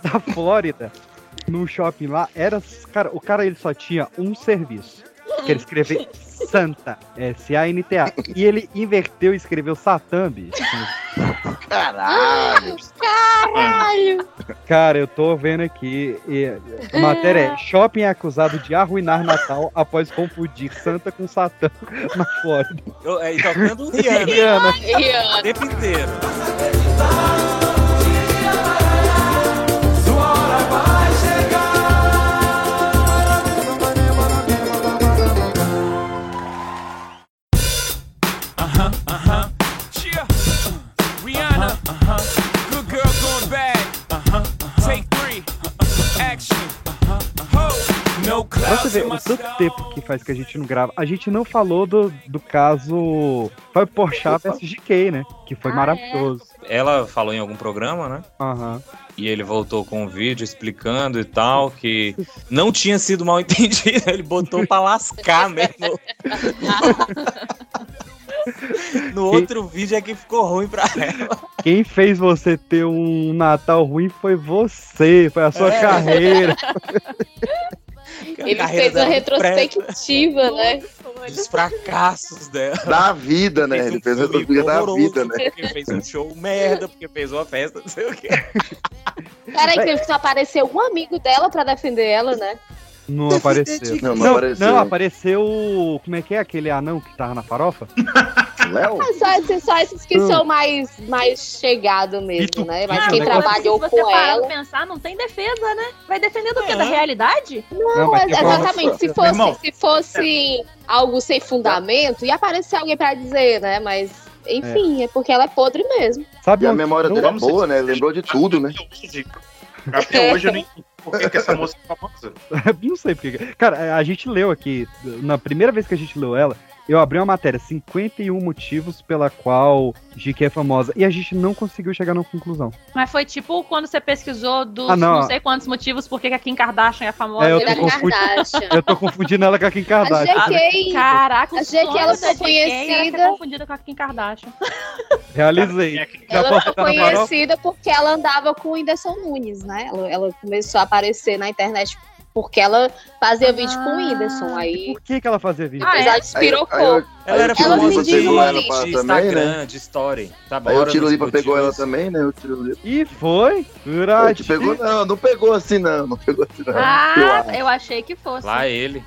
na Flórida, num shopping lá, era. Cara, o cara ele só tinha um serviço. Que era escrever Santa. S-A-N-T-A. E ele inverteu e escreveu Satã, bicho. Caralho. Cara, eu tô vendo aqui. e a matéria é: Shopping é acusado de arruinar Natal após confundir Santa com Satã na Flórida. eu, é, e tocando um Rihanna Rihanna. o tempo inteiro. Uh-huh, Cheer. Rihanna. Uh-huh, Good girl going bad. Take three. Action. Ho. No clouds Pra Uh-huh. você ver in my o tanto sky. tempo que faz que a gente não grava, a gente não falou do, do caso Fábio Porchat versus GK, né? Que foi Ah, maravilhoso. Ela falou em algum programa, né? Aham. E ele voltou com um vídeo explicando e tal, que não tinha sido mal entendido. Ele botou pra lascar mesmo. No outro vídeo é que ficou ruim pra ela. Quem fez você ter um Natal ruim foi você, foi a sua É. carreira. Ele fez é uma retrospectiva, né? né? Os fracassos dela. um Da vida, né? Ele fez outra filme coisa da horroroso, vida, né? Porque fez um show merda, porque fez uma festa, não sei o quê. Peraí, que teve que só aparecer um amigo dela pra defender ela, né? Não apareceu. Não, não Não, apareceu. não, apareceu. o- Como é que é aquele anão que tava na farofa? Léo? Ah, Só esses, só esses que são mais, mais chegados mesmo, né? Mas Ah, quem mas trabalhou se você com parar pra ela. pensar, não tem defesa, né? Vai defender do quê? É. Da realidade? Não, mas é- tem como- exatamente. Se Meu irmão. fosse, se fosse algo sem fundamento, ia aparecer alguém pra dizer, né? Mas, enfim, é, porque ela é podre mesmo. Sabe E a onde- memória não- dele é boa, né? Lembrou de tudo, né? Até hoje eu nem entendi por que, que essa moça é famosa. Não sei porque. Cara, é, a gente leu aqui, na primeira vez que a gente leu ela, eu abri uma matéria, 51 motivos pela qual GK é famosa, e a gente não conseguiu chegar numa conclusão. Mas foi tipo quando você pesquisou dos Ah, não. não. sei quantos motivos por que que a Kim Kardashian é famosa. É, eu Ele tô é confuso. confundindo. Kardashian. é Eu tô confundindo ela com a Kim A Kardashian. GK, assim, Caraca, o Achei que sonho ela da foi JK era conhecida. ser confundida com a Kim Kardashian. Realizei. Já Ela posso foi botar na farofa? conhecida porque ela andava com o Whindersson Nunes, né? Ela, ela começou a aparecer na internet porque ela fazia vídeo com o Whindersson. Aí, Por que, que ela fazia vídeo? Ah, é? apesar de Aí, aí espirocou. eu- Ela era Aí o Ela famosa me de, diz uma de lista. Instagram, de story. Tá né? aí o bora Tiro nos Lipa pegou ela motivos. também, né? O Tiro Lipa. E foi? Pô, Durante. te pegou? Não, não pegou assim, não. Não pegou assim, não. Eu Ah, acho. eu achei que fosse. Lá é ele.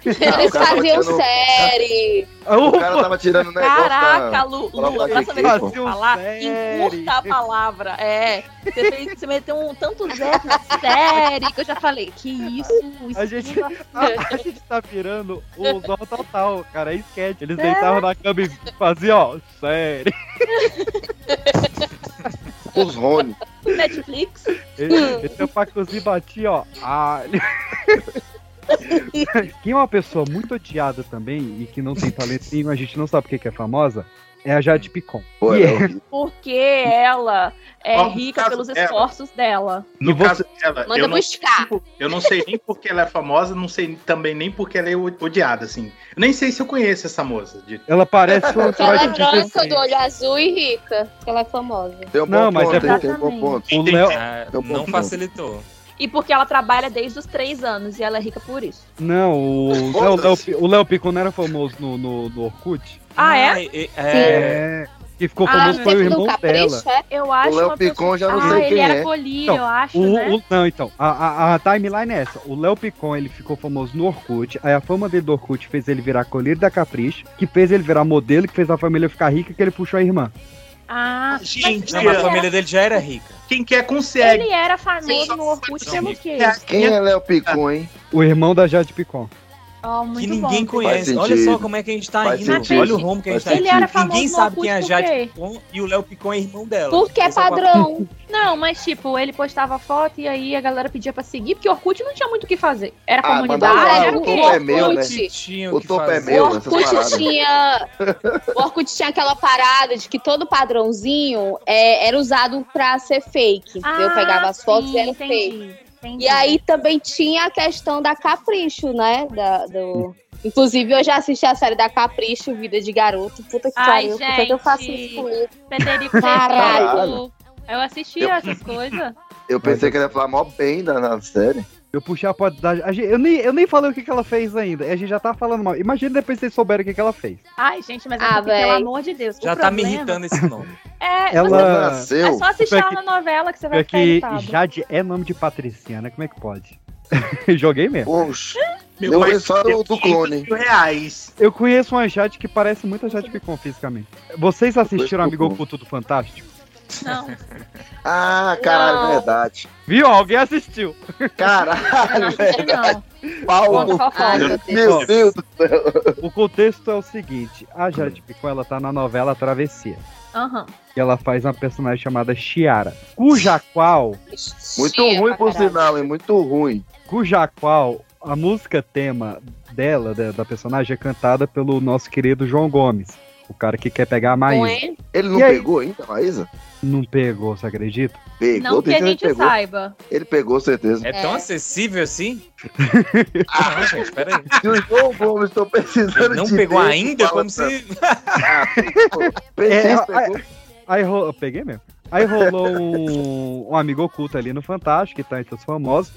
Então, Eles cara faziam batendo- um série. Ah, O cara tava tirando o um negócio da... Caraca, Lu, Fala Lua, pra pra saber GK, como pô. falar, Série. encurta a palavra. É, você, fez, você meteu um tanto zero na série que eu já falei, que isso, isso é A gente- não dá A, a gente tá virando o Zorro Total, cara. É sketch. Eles deitavam na cama e faziam, ó, sério. Os Rony. pro Netflix. Esse é o Pacozinho batia, ó. Ah. Quem é uma pessoa muito odiada também e que não tem talento nenhum, a gente não sabe por que que é famosa, É a Jade Picon. Pô, E ela é é- horrível. Porque ela é Ó, no rica caso pelos dela. esforços dela. No caso dela, Manda eu não, buscar. eu não sei nem porque ela é famosa, não sei também nem porque ela é o- odiada, assim. Eu nem sei se eu conheço essa moça. de- Ela parece uma Porque ela é trote de branca, do desenho. olho azul e rica. Porque ela é famosa. Tem um bom Não, mas ponto, é hein? Tem um bom exatamente. ponto. O Léo, Ah, Então, não bom. facilitou. E porque ela trabalha desde os três anos e ela é rica por isso. Não, o o Léo, Léo Pi- o Léo Picon não era famoso no, no, no Orkut? Ah, é? e- é, Quem ficou Ah, famoso não foi o teve irmão no dela. capricho, é? Eu acho Léo uma Picon já não ah, sei ele quem era é. colírio, Então, eu acho, O- né? o- não, então, a, a- a timeline é essa. O Léo Picon, ele ficou famoso no Orkut, aí a fama dele do Orkut fez ele virar colírio da Capricho, que fez ele virar modelo, que fez a família ficar rica, que ele puxou a irmã. Ah, Gente, Não, mas a Ela- família é dele já era rica. Quem é quer consegue. ele era famoso Sim. no Orkut Não, pelo rico. quê? Quem é Léo Picon, hein? O irmão da Jade Picon. Ó, Que muito bom. ninguém conhece. Faz Olha só sentido. como é que a gente tá Faz indo. sentido. Olha o rumo que a gente tá Faz indo. Ele era famoso Ninguém no sabe quem é a Orkut Jade por quê? Picon e o Léo Picon é irmão dela. Porque é Esse o padrão. Não, mas tipo, ele postava foto e aí a galera pedia pra seguir, porque o Orkut não tinha muito o que fazer. Era Ah, comunidade, mandava lá, era o o quê? topo é meu, né? Orkut. que tinha O que topo é fazer. O meu, essas paradas. Orkut tinha. O Orkut tinha aquela parada de que todo padrãozinho é, era usado pra ser fake. eu pegava as fotos e era fake. Ah, entendi. E aí também tinha a questão da Capricho, né? Da, do... Inclusive, eu já assisti a série da Capricho, Vida de Garoto. Puta que Ai, pariu, por que que eu faço isso gente. comigo? Federico Caralho. Caralho. Eu assistia essas coisas. Eu pensei que ele ia falar mó bem da, na série. Eu puxei a porta da... a gente- eu, nem, eu nem falei o que, que ela fez ainda, a gente já tá falando mal. Imagina depois que vocês souberam o que, que ela fez. Ai, gente, mas é Ah, porque, pelo véi. amor de Deus. Já o tá me problema irritando esse nome. É, Ela- Ela é nasceu. só assistir Pior ela que- na novela que você vai É ficar que irritado. Jade é nome de Patriciana, como é que pode? Joguei mesmo. Poxa, Meu eu pai vi só do, do clone. mil reais. Eu conheço uma Jade que parece muito a Jade Picon fisicamente. Vocês assistiram Amigo Picon. Oculto do Fantástico? Não. Ah, caralho, Não. verdade. Viu? Alguém assistiu. Eu não Caralho, assisti, não. pau Conta no Ai, fofoca. meu Meu Deus. Deus do céu. O contexto é o seguinte: a Jade Picon ela tá na novela Travessia. Aham. E ela faz uma personagem chamada Chiara, cuja qual, Muito Chia ruim, pra por caralho. sinal, hein? é Muito ruim. cuja qual a música tema dela, da, da personagem, é cantada pelo nosso querido João Gomes, o cara que quer pegar a Não Maísa. é? Ele não E aí? pegou ainda, Maísa? Não pegou, você acredita? Pegou, Não que a certeza gente ele pegou. saiba. Ele pegou, certeza. É tão É. acessível assim? Ah, gente, peraí. Se o João Gomes, tô precisando Ele não de pegou Deus, ainda? fala Como pra- se. Ah, pegou. Preciso, É, pegou. Aí rolou. Peguei mesmo. Aí rolou um, um amigo oculto ali no Fantástico, que tá entre os famosos.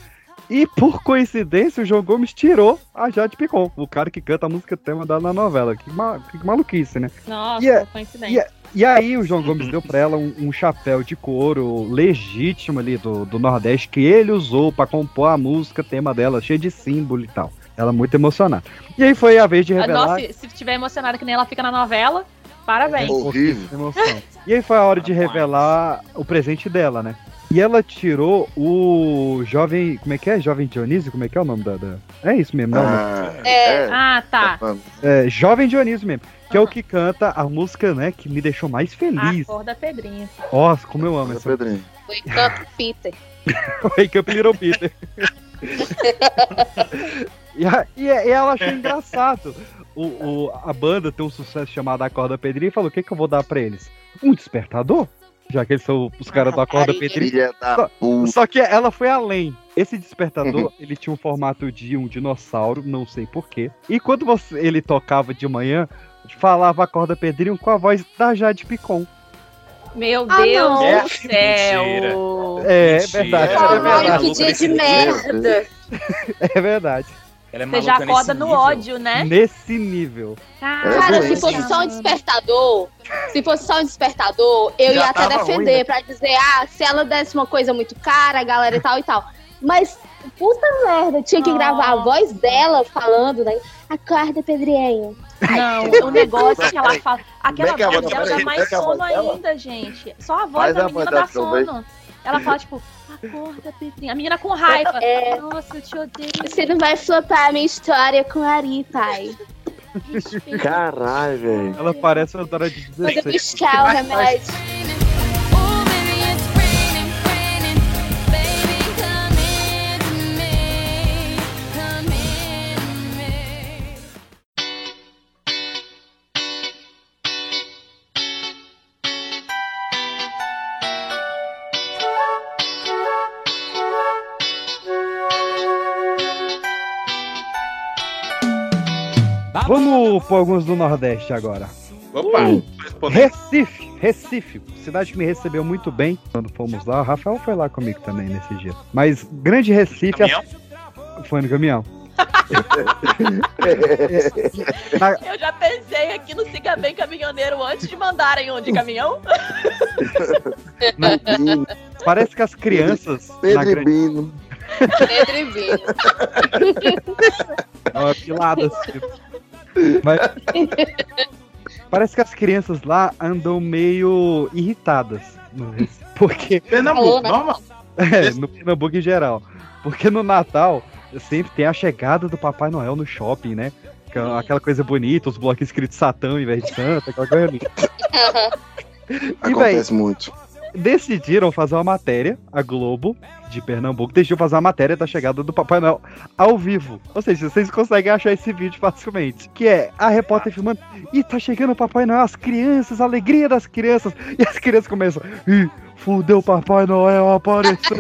E por coincidência, o João Gomes tirou a Jade Picon, o cara que canta a música tema da na novela. Que, ma- que maluquice, né? Nossa, E é- coincidência. e é- E aí o João Gomes deu pra ela um, um chapéu de couro legítimo ali do, do Nordeste que ele usou pra compor a música tema dela, cheio de símbolo e tal. Ela muito emocionada. E aí foi a vez de Ah, revelar. Nossa, é se- se tiver emocionada que nem ela fica na novela, parabéns. Horrível. Emoção. E aí foi a hora de revelar o presente dela, né? E ela tirou o jovem. Como é que é? Jovem Dionísio? Como é que é o nome da. da- É isso mesmo, não? né? Ah, É. Ah, tá. mano. É, jovem Dionísio mesmo. Que é o Aham. que canta a música, né? Que me deixou mais feliz. Acorda, Pedrinha. Nossa, como eu amo Mas, essa. Pedrinho, Foi Camp Peter. Wake Up Little Peter. e, a- e a- e ela achou engraçado. O, o- a banda tem um sucesso chamado Acorda Pedrinho e falou: o que, que eu vou dar pra eles? Um despertador? Já que eles são os caras do Acorda Rapariga. Pedrinho. filha da puta. Uhum. Só que ela foi além. Esse despertador, ele tinha um formato de um dinossauro, não sei porquê. E quando você- ele tocava de manhã, falava a corda pedrinho com a voz da Jade Picon. Meu Ah, Deus não. do É. céu. Mentira. É, Mentira. verdade, é Caralho, verdade. que dia de merda. É verdade. Ela é Você já maluca nesse acorda no nível. ódio, Hum. né? Nesse nível. Cara, doente. se fosse só um despertador, se fosse só um despertador, eu Já ia até tava defender ruim, né? pra dizer, ah, se ela desse uma coisa muito cara, a galera e tal e tal. Mas, puta merda, tinha que Nossa. gravar a voz dela falando, né? Acorda, Pedrinho. Não, o negócio que ela Peraí. fala. Aquela Como é que é a voz voz dela dela? dá mais Como é que é a voz sono dela? ainda, gente. Só a voz Faz da a menina voz dá dela pra eu sono. Ela fala, tipo, acorda, Pedrinha. A menina com raiva. É. Nossa, eu te odeio. Você não vai flopar a minha história com o Ari, pai. Caralho, velho. Ela parece uma dona de Manda 16. buscar o remédio. Vamos por alguns do Nordeste agora. Opa, Hum. mas pô, Recife, Recife, cidade que me recebeu muito bem quando fomos lá. O Rafael foi lá comigo também nesse dia. Mas Grande Recife. Caminhão? Foi no caminhão. Na- Eu já pensei aqui no Siga Bem Caminhoneiro antes de mandarem onde caminhão. na- Parece que as crianças. na grande- Pedribino. Pedro e Vinho. Ó, que lado, assim. Mas- Parece que as crianças lá andam meio irritadas. no Recife, Porque. Pernambuco, normal. É, no Pernambuco em geral. Porque no Natal sempre tem a chegada do Papai Noel no shopping, né? Aquela aquela coisa bonita, os blocos escritos Satã em vez de Santa, aquela coisa linda. E, véi, Acontece muito. decidiram fazer uma matéria, a Globo de Pernambuco decidiu fazer uma matéria da chegada do Papai Noel ao vivo. Ou seja, vocês conseguem achar esse vídeo facilmente. Que é a repórter filmando. Ih, tá chegando o Papai Noel, as crianças, a alegria das crianças. E as crianças começam. Ih, fudeu, Papai Noel apareceu.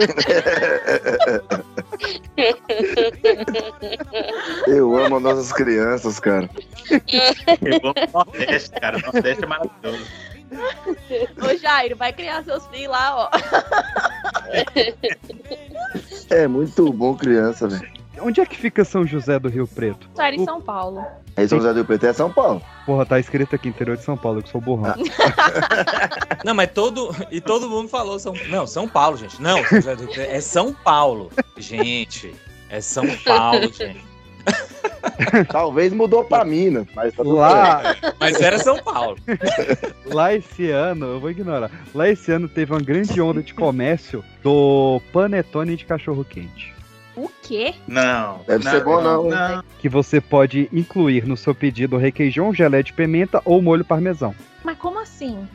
Eu amo as nossas crianças, cara. Eu vou pro É Nordeste, cara. O Nordeste é maravilhoso. Ô Jairo, vai criar seus filhos lá, ó. É muito bom criança, velho. Onde é que fica São José do Rio Preto? Jairo em São Paulo. Aí São José do Rio Preto é São Paulo. Porra, tá escrito aqui interior de São Paulo, que eu sou burrão. Não, mas todo. E todo mundo falou. São, não, São Paulo, gente. Não, São José do Rio Preto. é São Paulo. Gente, é São Paulo, gente. Talvez mudou pra Minas, mas tá tudo Lá, Mas era São Paulo. lá esse ano, eu vou ignorar. Lá esse ano teve uma grande onda de comércio do panetone de cachorro quente. O quê? Não. Deve ser bom, não. não. Que você pode incluir no seu pedido requeijão, gelé de pimenta ou molho parmesão. Mas como assim?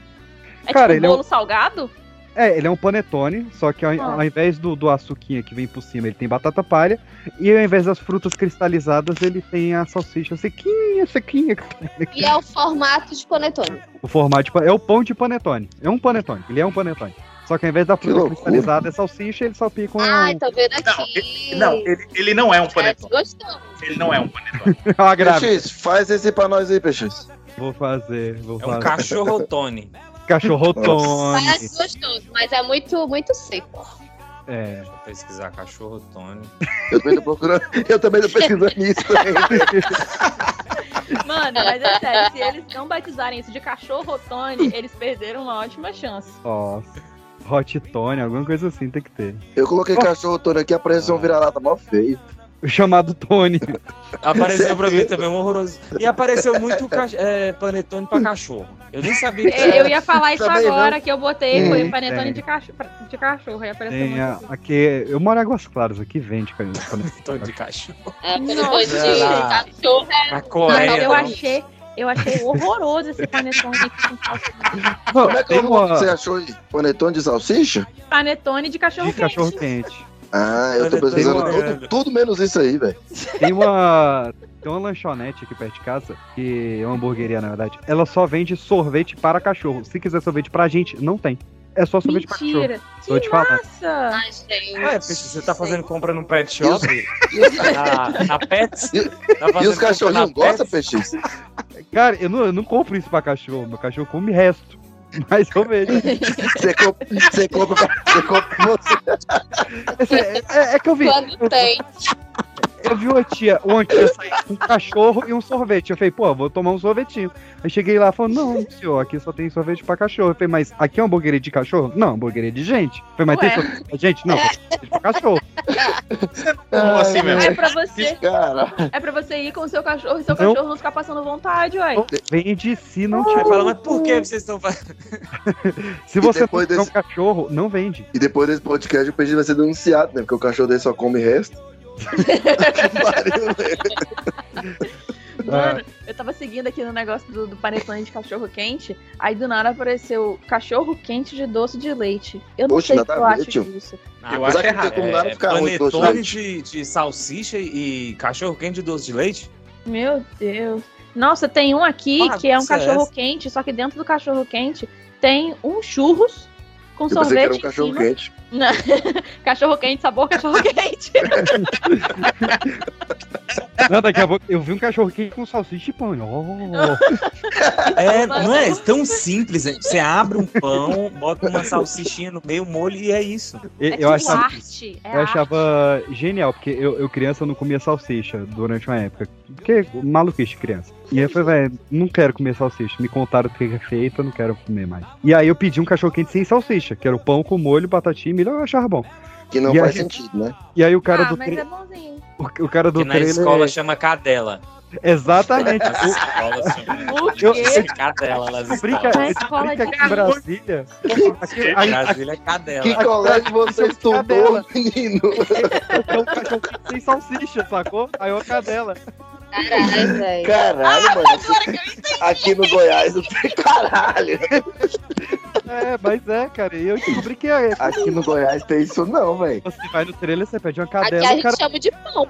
É Cara, tipo um ele é bolo salgado? É, ele é um panetone, só que ao, Ah. ao invés do, do açuquinha que vem por cima, ele tem batata palha. E ao invés das frutas cristalizadas, ele tem a salsicha sequinha, sequinha. E é o formato de panetone. O formato de pa- é o pão de panetone. É um panetone. Ele é um panetone. Só que ao invés da fruta loucura. cristalizada é salsicha, ele salpica um- com Ai, tô vendo aqui. Não, ele, ele não é um É, panetone. gostamos. Ele não é um panetone. uma Ah, grave. PX, faz esse pra nós aí, PX. Vou fazer, vou É um fazer. cachorro Tony. Cachorrotone. Parece gostoso, mas é muito, muito seco. É. Vou pesquisar cachorro Tony. Eu também tô procurando. Eu também tô pesquisando nisso também. Mano, mas é sério, se eles não batizarem isso de cachorro Tony, eles perderam uma ótima chance. Nossa. Hot Tone, alguma coisa assim tem que ter. Eu coloquei cachorro todo aqui, apareceu um vira-lata mó feio. O chamado Tone. Apareceu pra mim também, um horroroso. E apareceu muito ca- é, panetone pra cachorro. Eu nem sabia que É, Eu ia falar isso É, Também não. agora, que eu botei, foi Hum, panetone tem. de cachorro, de cachorro, aí apareceu Tem a, muito assim. aqui, eu moro em Águas Claras, aqui vende cara, panetone de panetone. cachorro. É, Nossa. depois de Ah. cachorro. Na Nossa, Coreia. eu não. achei, eu achei horroroso esse panetone aqui com salsicha. Não, Como é que Ah, tem é o nome que uma você achou aí? Panetone de salsicha? Panetone de cachorro de quente. cachorro quente. Ah, eu tô Panetone pesquisando moderno. tudo, tudo menos isso aí, velho. Tem uma. Tem uma lanchonete aqui perto de casa, que é uma hamburgueria, na verdade. Ela só vende sorvete para cachorro. Se quiser sorvete pra gente, não tem. É só sorvete para cachorro. Mentira. Vou Que te falar. massa! Ai, gente. Ué, Peixe, você tá fazendo compra num pet shop? E os, Na, na Pets? E- Tá fazendo e os compra cachorrinhos na gostam, Pets? PX? Cara, eu não, eu não compro isso pra cachorro. Meu cachorro come resto. Mas eu vejo. Você compra, você compra, pra- você compra pra você. É, é- é que eu vi. Quando tem. Eu vi uma tia, uma tia sair com um cachorro e um sorvete. Eu falei, pô, vou tomar um sorvetinho. Aí cheguei lá e falou, não, senhor, aqui só tem sorvete pra cachorro. Eu falei, mas aqui é uma hamburgueria de cachorro? Não, hamburgueria de gente. Eu falei, mas tem Ué. sorvete pra gente? Não, tem sorvete pra cachorro. Como assim mesmo? É pra você, Cara, é pra você ir com o seu cachorro e seu Não. cachorro não ficar passando vontade, ué. Vende se não Aí tiver. fala, mas por que vocês estão fazendo? Se você não depois tiver um desse- cachorro, não vende. e depois desse podcast o PX vai ser denunciado, né? Porque o cachorro dele só come resto. Que pariu, velho. Mano, Ah, eu tava seguindo aqui no negócio do, do panetone de cachorro quente, aí do nada apareceu cachorro quente de doce de leite. Eu não sei Poxa, o nada que eu a ver, acho tio. disso. Eu Ah, acho Apesar que errado. não tem como nada é, ficar ruim, doce de panetone leite. de, de salsicha e cachorro quente de doce de leite? Meu Deus. Nossa, tem um aqui Ah, que é um que é essa? cachorro quente, só que dentro do cachorro quente tem um churros com Eu pensei que era sorvete um cachorro em cima. quente. Cachorro quente, sabor cachorro quente. Não, daqui a pouco eu vi um cachorro quente com salsicha e pão. Oh. É, não é tão simples. né? Você abre um pão, bota uma salsichinha no meio, molho e é isso. Eu, É eu tipo achava, arte. É eu achava genial, porque eu, eu criança não comia salsicha durante uma época. Porque maluquice de criança. E aí eu falei, velho, não quero comer salsicha. Me contaram o que é feita, não quero comer mais. E aí eu pedi um cachorro quente sem salsicha, que era o pão com molho, batatinha e milho, eu achava bom. Que não E faz aí- sentido, né? E aí o cara ah, do mas tre- é bonzinho. o, o cara do Que na trailer. escola chama cadela. Exatamente. Nas O- escolas chama O Eu- quê? cadela. Nas Brinca, escolas. Na escola brinca de aqui em Brasília. Aqui, aí, Brasília é cadela. Que colégio você é? estudou, Cadela. menino? então o cachorro quente sem salsicha, sacou? Aí eu cadela. Caralho, velho. Caralho, mano. Aqui no Goiás não tem caralho. É, mas é, cara. E eu descobri que é. Aqui no Goiás tem isso não, velho. Você vai no trailer, você pede uma Aqui cadela, o é a um cara. gente chama de pão.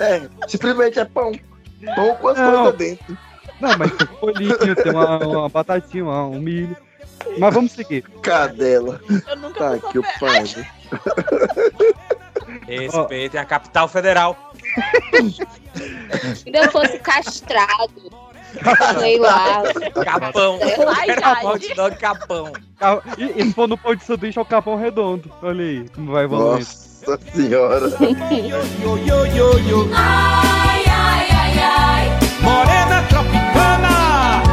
É, simplesmente é pão. Pão com as Não. coisas dentro. Não, mas tem um bolinho, tem uma, uma batatinha, uma- um milho. Mas vamos seguir. Cadela. Eu nunca Tá vou que o saber. pariu. Respeitem é a capital federal. Se ainda fosse castrado, sei lá. Capão. Ai, Era Jade. hot dog capão. Ca- E, e se for no pão de sanduíche, é o capão redondo. Olha aí, como vai evoluindo. Nossa senhora. Morena Tropicana!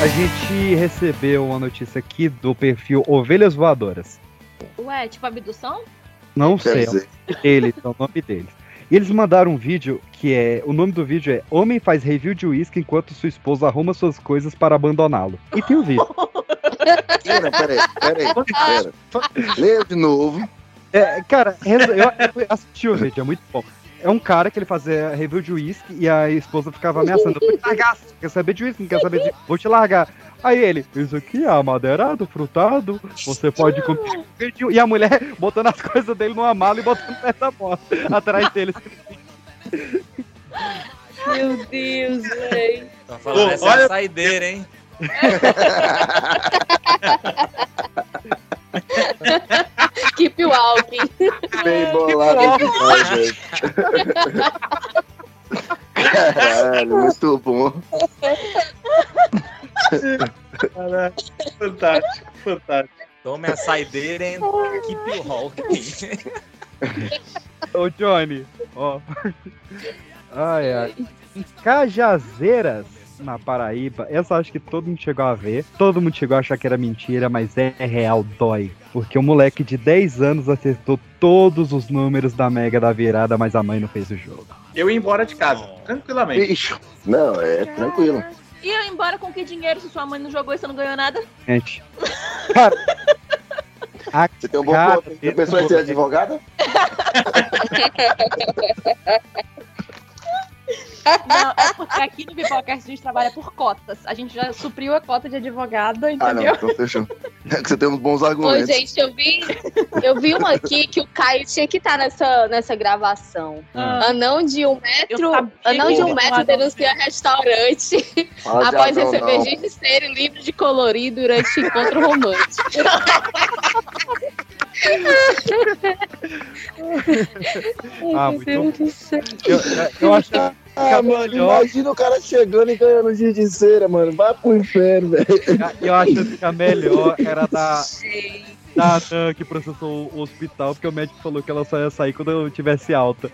A gente recebeu uma notícia aqui do perfil Ovelhas Voadoras. Ué, tipo abdução? Não Quer sei dizer, eles, é o nome deles. E eles mandaram um vídeo que é. O nome do vídeo é Homem faz review de uísque enquanto sua esposa arruma suas coisas para abandoná-lo. E tem o vídeo. pera, peraí, peraí, pera. Leia de novo. É, cara, resu- eu eu assisti o vídeo, é muito bom. É um cara que ele fazia review de uísque e a esposa ficava ameaçando. Vou te largar, você quer saber de uísque, não quer saber de... Vou te largar. Aí ele, isso aqui é amadeirado, frutado, você pode comer. E a mulher botando as coisas dele numa mala e botando perto da moto, atrás dele. assim, Meu Deus, velho. Tô falando, Ô, essa é olha- a saideira, hein? Keep walking. Bem bolado aqui, gente. Caralho, muito bom. Cara, fantástico, fantástico. Tome a saideira, hein? Keep walking. Ô, Johnny, ó. Ai, ai. Em Cajazeiras, na Paraíba, essa acho que todo mundo chegou a ver. Todo mundo chegou a achar que era mentira, mas é real, dói. Porque o moleque de 10 anos acertou todos os números da Mega da virada, mas a mãe não fez o jogo. Eu ia embora de casa, tranquilamente. Bicho. Não, é tranquilo. E eu embora com que dinheiro se sua mãe não jogou e você não ganhou nada? Gente. Cara. A Você tem um bom Cara, ponto. A pessoa é ser advogada? Não, é porque aqui no Bipocast a gente trabalha por cotas. A gente já supriu a cota de advogada, Ah, não, entendeu? então fechou. É que você tem uns bons Pô, argumentos. gente, eu vi, eu vi uma aqui que o Caio tinha que estar nessa, nessa gravação. Ah. Anão de um Eu metro, sabia anão de que um metro eu- denuncia restaurante Fala de após Adão, receber não. registeiro livre de colorir durante encontro romântico. Ah, meu muito Deus Eu, é, eu acho que Ah, mano, melhor. imagina o cara chegando e ganhando giz de cera, mano. Vai pro inferno, velho. Ah, eu acho que a melhor era da, da Anã que processou o hospital, porque o médico falou que ela só ia sair quando eu tivesse alta.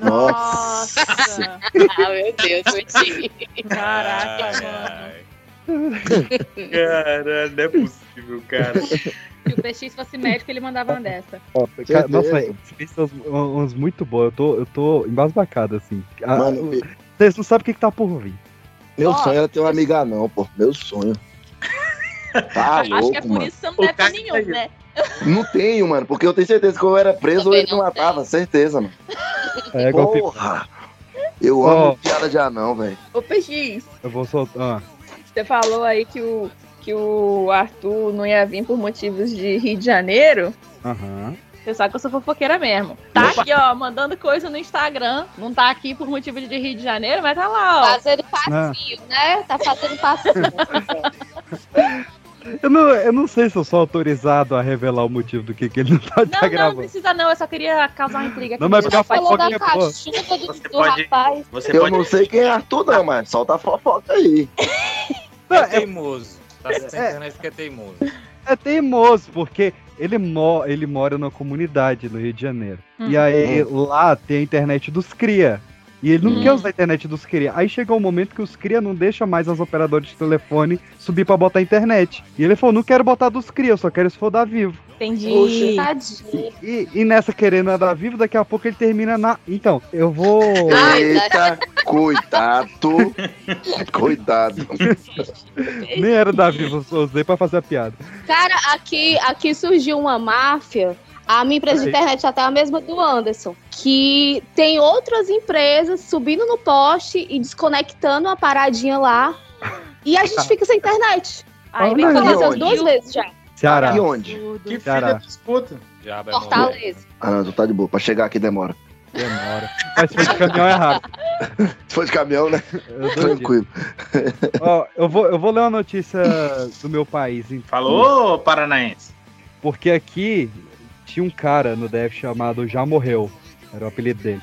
Nossa. Nossa. Ah, meu Deus, mentira. Caraca, mano. Ai, Cara, não é possível, cara. Se o PX fosse médico, ele mandava uma dessa. Cara, Certeza. nossa, véi, vocês são uns- uns muito bons. Eu tô, eu tô embasbacado, assim. Ah, Mano, vocês não sabem o que, que tá por vir. meu Ó. sonho era ter um amiga não, pô. Meu sonho. Tá Acho que é louco, por mano. isso que você não deve ter cara- nenhum, né? Não tenho, mano, porque eu tenho certeza que eu era preso ou Também ele me não matava, certeza, mano. É igual que Porra! Eu Ó. amo piada de anão, velho. Ô, PX, eu vou soltar. ah, você falou aí que o, que o Arthur não ia vir por motivos de Rio de Janeiro. Aham. Você sabe que eu sou fofoqueira mesmo. Tá aqui, ó, mandando coisa no Instagram. Não tá aqui por motivo de Rio de Janeiro, mas tá lá, ó. Fazendo passinho, né? Tá fazendo passinho. Eu não, eu não sei se eu sou autorizado a revelar o motivo do que, que ele não tá, Não, tá não, não gravando. precisa não. Eu só queria causar uma intriga aqui. Não, mas Você porque a falou fofoca é da boa. caixinha do, do pode- rapaz. Você eu pode- não sei quem é Arthur, não, mas solta a fofoca aí. É teimoso. Tá sem internet porque é teimoso. É teimoso, porque ele, mo ele mora numa comunidade no Rio de Janeiro. Hum. E aí lá tem a internet dos cria. E ele não Hum. quer usar a internet dos cria. Aí chegou um momento que os cria não deixam mais as operadoras de telefone subir pra botar a internet. E ele falou, não quero botar dos cria, eu só quero se for da Vivo. Entendi. Tadinho. E, e nessa querendo a da Vivo, daqui a pouco ele termina na... Então, eu vou... Eita, tá. cuidado. Cuidado. Nem era da Vivo, eu usei pra fazer a piada. Cara, aqui, aqui surgiu uma máfia. A minha empresa de Aí. internet até é a mesma do Anderson. Que tem outras empresas subindo no poste e desconectando uma paradinha lá. E a gente fica sem internet. Aí vem vem falar aconteceu onde? duas vezes já. Ceará. E onde? Que filha Ceará. dos puta. Diabo Fortaleza. Ah, não, tu tá de boa. Pra chegar aqui demora. Demora. Mas foi de caminhão errado. Se for de caminhão, né? Eu dou dica. Tranquilo. Ó, eu vou, eu vou ler uma notícia do meu país. hein? Falou, paranaense. Porque aqui tinha um cara no DF chamado Já Morreu. Era o apelido dele.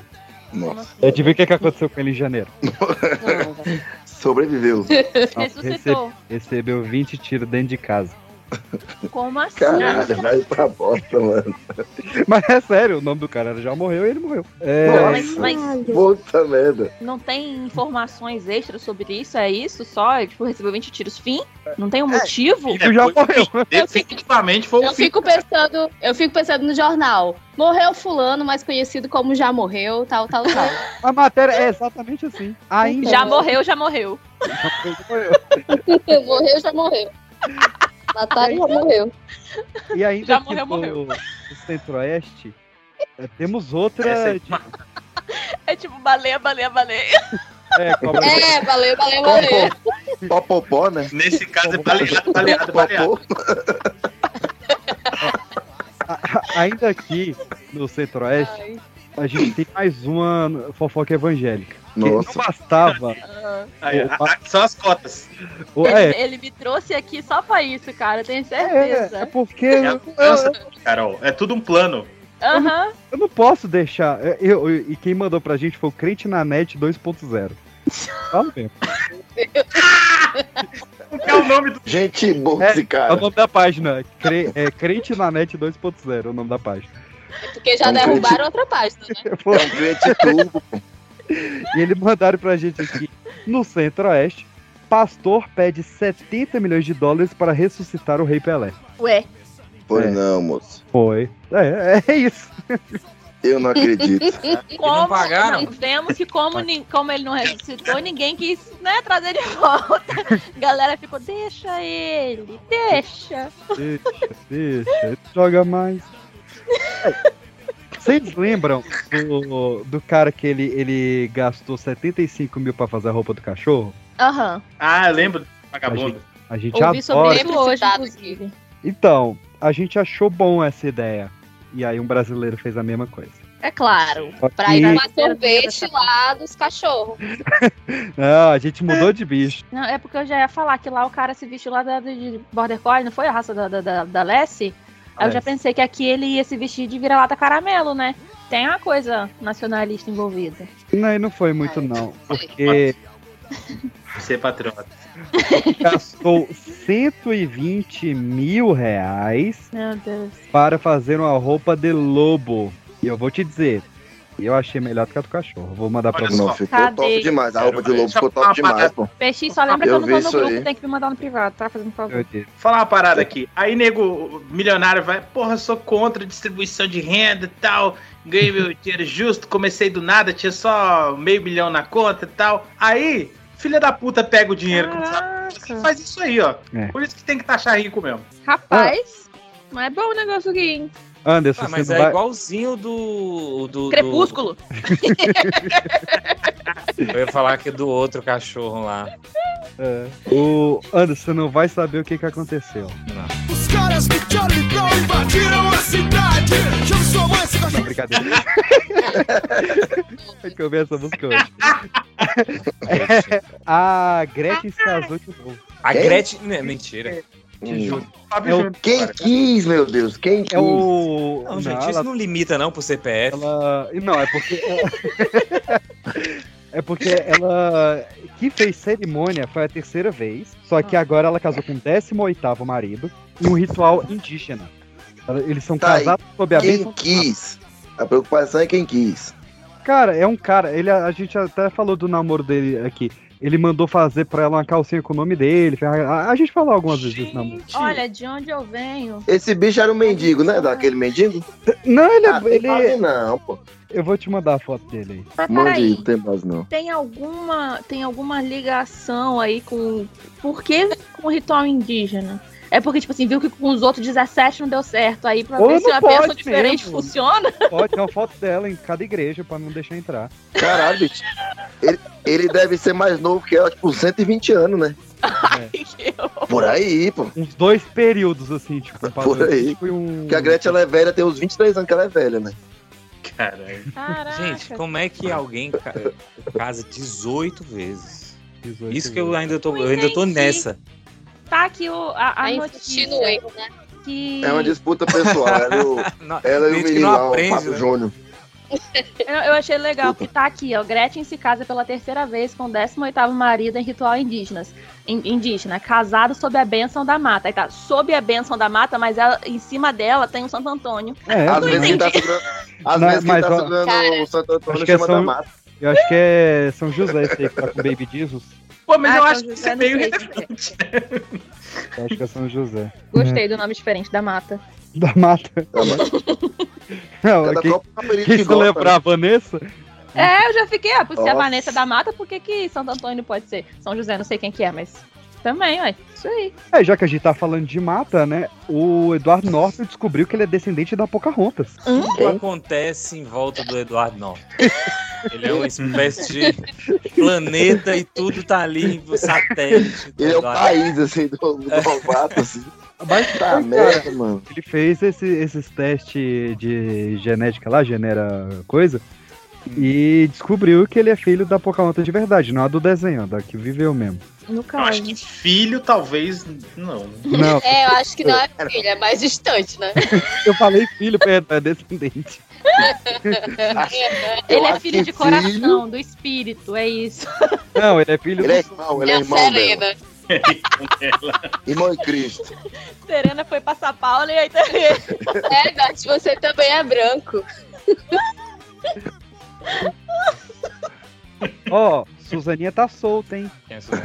Nossa. Eu te vi o que, que aconteceu com ele em janeiro. Sobreviveu. Ressuscitou. recebeu 20 tiros dentro de casa. Como assim? Caralho, vai pra bosta, mano. Mas é sério, o nome do cara era Já Morreu e ele morreu. Não, É, mas, mas Puta merda. não tem informações extras sobre isso? É isso só? Tipo, recebeu 20 tiros, fim? Não tem um motivo? ele já morreu. Definitivamente foi o Eu fim. fico pensando, eu fico pensando no jornal. Morreu fulano, mais conhecido como já morreu, tal, tal, tal. A matéria é exatamente assim. Ainda Já não- morreu, já morreu. já morreu. morreu, já morreu. Natália já morreu. E ainda Já aqui morreu, do, morreu. do Centro-Oeste, eh, temos outra. Essa aí- de- É tipo baleia, baleia, baleia. é, cobra- É, valeu, valeu, valeu. Popopó, popopó, né? Nesse caso é baleado, baleado, baleado. Popô. A- Ainda aqui no Centro-Oeste, Ai. a gente tem mais uma fofoca evangélica. Que Nossa. Não bastava. Aí, a- a- São as cotas. o- Ele, é, ele me trouxe aqui só pra isso, cara. eu Tenho é, é certeza. porque É a eu, mudança, Carol. É tudo um plano. Aham. eu não posso deixar. é, eu- eu- e quem mandou pra gente foi o Crente na Net 2.0. Fala mesmo. Não é o nome do. Gente boa esse É o cara. nome da página. Cre, é Crente na Net 2.0, é o nome da página. Porque já Então, derrubaram outra página, né? Foi- É um cliente turbo. E eles mandaram pra gente aqui no Centro-Oeste. Pastor pede 70 milhões de dólares para ressuscitar o Rei Pelé. Ué. Pois É. não, moço. Foi. É, é isso. Eu não acredito. Como, não pagaram? não, vemos que como, nin- como ele não ressuscitou, ninguém quis né, trazer de volta. A galera ficou, deixa ele, deixa. Deixa, deixa. Joga mais. É. Vocês lembram do, do cara que ele, ele gastou 75 mil pra fazer a roupa do cachorro? Aham. Ah, eu lembro do vagabundo. A gente Ouvi sobre adora. isso hoje, Citado inclusive. Então, a gente achou bom essa ideia. E aí um brasileiro fez a mesma coisa. É claro. Só Pra que- ir Tomar sorvete lá dos cachorros. Não, a gente mudou de bicho. Não, é porque eu já ia falar que lá o cara se vestiu lá da, de Border Collie, não foi a raça da, da, da, da Lessie? Aí eu já Lessie. pensei que aqui ele ia se vestir de vira-lata caramelo, né? Tem uma coisa nacionalista envolvida. Não, e não foi muito, não. é Porque Ser é patriota. gastou 120 mil reais Meu Deus. para fazer uma roupa de lobo. E eu vou te dizer, eu achei melhor do que a do cachorro. Vou mandar pra Olha você. Não, só. ficou Cadê? top demais. A roupa de lobo ficou top demais, pô. Peixinho, só lembra que Eu eu não vi tô no isso grupo, aí. tem que me mandar no privado, tá? Fazendo um favor. Eu disse, Falar uma parada aqui. Aí, nego milionário vai, porra, eu sou contra a distribuição de renda e tal. Ganhei meu dinheiro justo, comecei do nada, tinha só meio milhão na conta e tal. Aí, filha da puta pega o dinheiro. como sabe, Caraca. Faz isso aí, ó. É. Por isso que tem que taxar rico mesmo. Rapaz, não é bom o negócio aqui, hein? Anderson, Ah, mas você é não vai... igualzinho do, do. do- Crepúsculo. Eu ia falar que é do outro cachorro lá. é. o Anderson, você não vai saber o que, que aconteceu. Não. O caras do Charlie Brown invadiram a cidade. Chama sua mãe, você vai... Não, brincadeira. é que eu vi essa música hoje. É, a Gretchen se casou de novo. A Quem? Gretchen. Não, é mentira. Hum. Quem quis, meu Deus? Quem quis? É o. Não, gente, ela- isso não limita não pro CPF. Ela... e Não, é porque. é porque ela. Que fez cerimônia foi a terceira vez. Só Ah. que agora ela casou com o 18 marido em um ritual indígena. Ela- Eles são Tá, e casados sob a Quem bênção. quis? A preocupação é quem quis. Cara, é um cara. Ele, a gente até falou do namoro dele aqui. Ele mandou fazer pra ela uma calcinha com o nome dele. fez- A, a gente falou algumas vezes desse namoro. Olha, de onde eu venho. Esse bicho era um mendigo, né? Daquele mendigo? Não, ele, é- Ah, tem ele base não, pô. Eu vou te mandar a foto dele aí. Mas Ah, peraí, Mendigo, tem base não. tem alguma, tem alguma ligação aí com. Por que com o ritual indígena? É porque, tipo assim, viu que com os outros 17 não deu certo. Aí pra Ou ver se não uma pode pessoa diferente mesmo. funciona. Pode ter uma foto dela em cada igreja pra não deixar entrar. Caralho, bicho. Ele, ele deve ser mais novo que ela, tipo, 120 anos, né? É. Por aí, pô. Uns dois períodos, assim, tipo, um Por aí. Foi um... Porque a Gretchen, ela é velha, tem uns 23 anos que ela é velha, né? Caralho. Gente, como é que alguém ca- casa 18 vezes? Isso que eu ainda tô, eu ainda tô entendi. nessa. Tá aqui o, a, a Aí notícia. no erro, né? Que... É uma disputa pessoal. Ela, e o- Não, ela e o gente que menino não lá, o aprende, Fábio né? Júnior. Eu, eu achei legal que tá aqui, ó. Gretchen se casa pela terceira vez com o 18 marido em ritual indígenas, in- indígena, casado sob a bênção da mata. Aí tá, sob a bênção da mata, mas ela, em cima dela tem um Santo Antônio. É, Às não, vezes quem tá segurando, às Não, vezes quem mas, tá ó, segurando o Santo Antônio acho que é chama da São- mata. eu acho que é São José esse aí que tá com Baby Jesus. Pô, mas Ah, eu São acho que José isso é não meio sei redundante. Eu acho que é São José. Gostei Hum. do nome diferente da mata. É, da mata. Não, Cada quem, copo é um apelido quem que se gosta, lembrar, a Vanessa? É, eu já fiquei, ah, por ser a Nossa. Vanessa da Mata, por que que Santo Antônio pode ser? São José, não sei quem que é, mas também, ué. Isso aí. É, já que a gente tá falando de mata, né? O Eduardo Norton descobriu que ele é descendente da Pocahontas. Tudo acontece em volta do Eduardo Norte. Ele é uma espécie de planeta e tudo tá ali em satélite. do Ele é o Eduardo. país, assim, do, do Alvato, assim. Mas Tá merda, mano. Ele fez esse- esses testes de genética lá, genera coisa, Hum. e descobriu que ele é filho da Pocahontas de verdade, não a do desenho, da que viveu mesmo. No Eu acho que filho, talvez, não. Não, É, eu acho que não é filha, é mais distante, né? eu falei filho, perdão, é descendente. Eu Ele é acho filho que de coração, do espírito, é isso. Não, ele é filho Ele é do... irmão, ele É é a irmão dela. Serena. Irmão em Cristo. Serena foi pra São Paulo e aí também. É, Nath, você também é branco. Ó, Suzaninha tá solta, hein?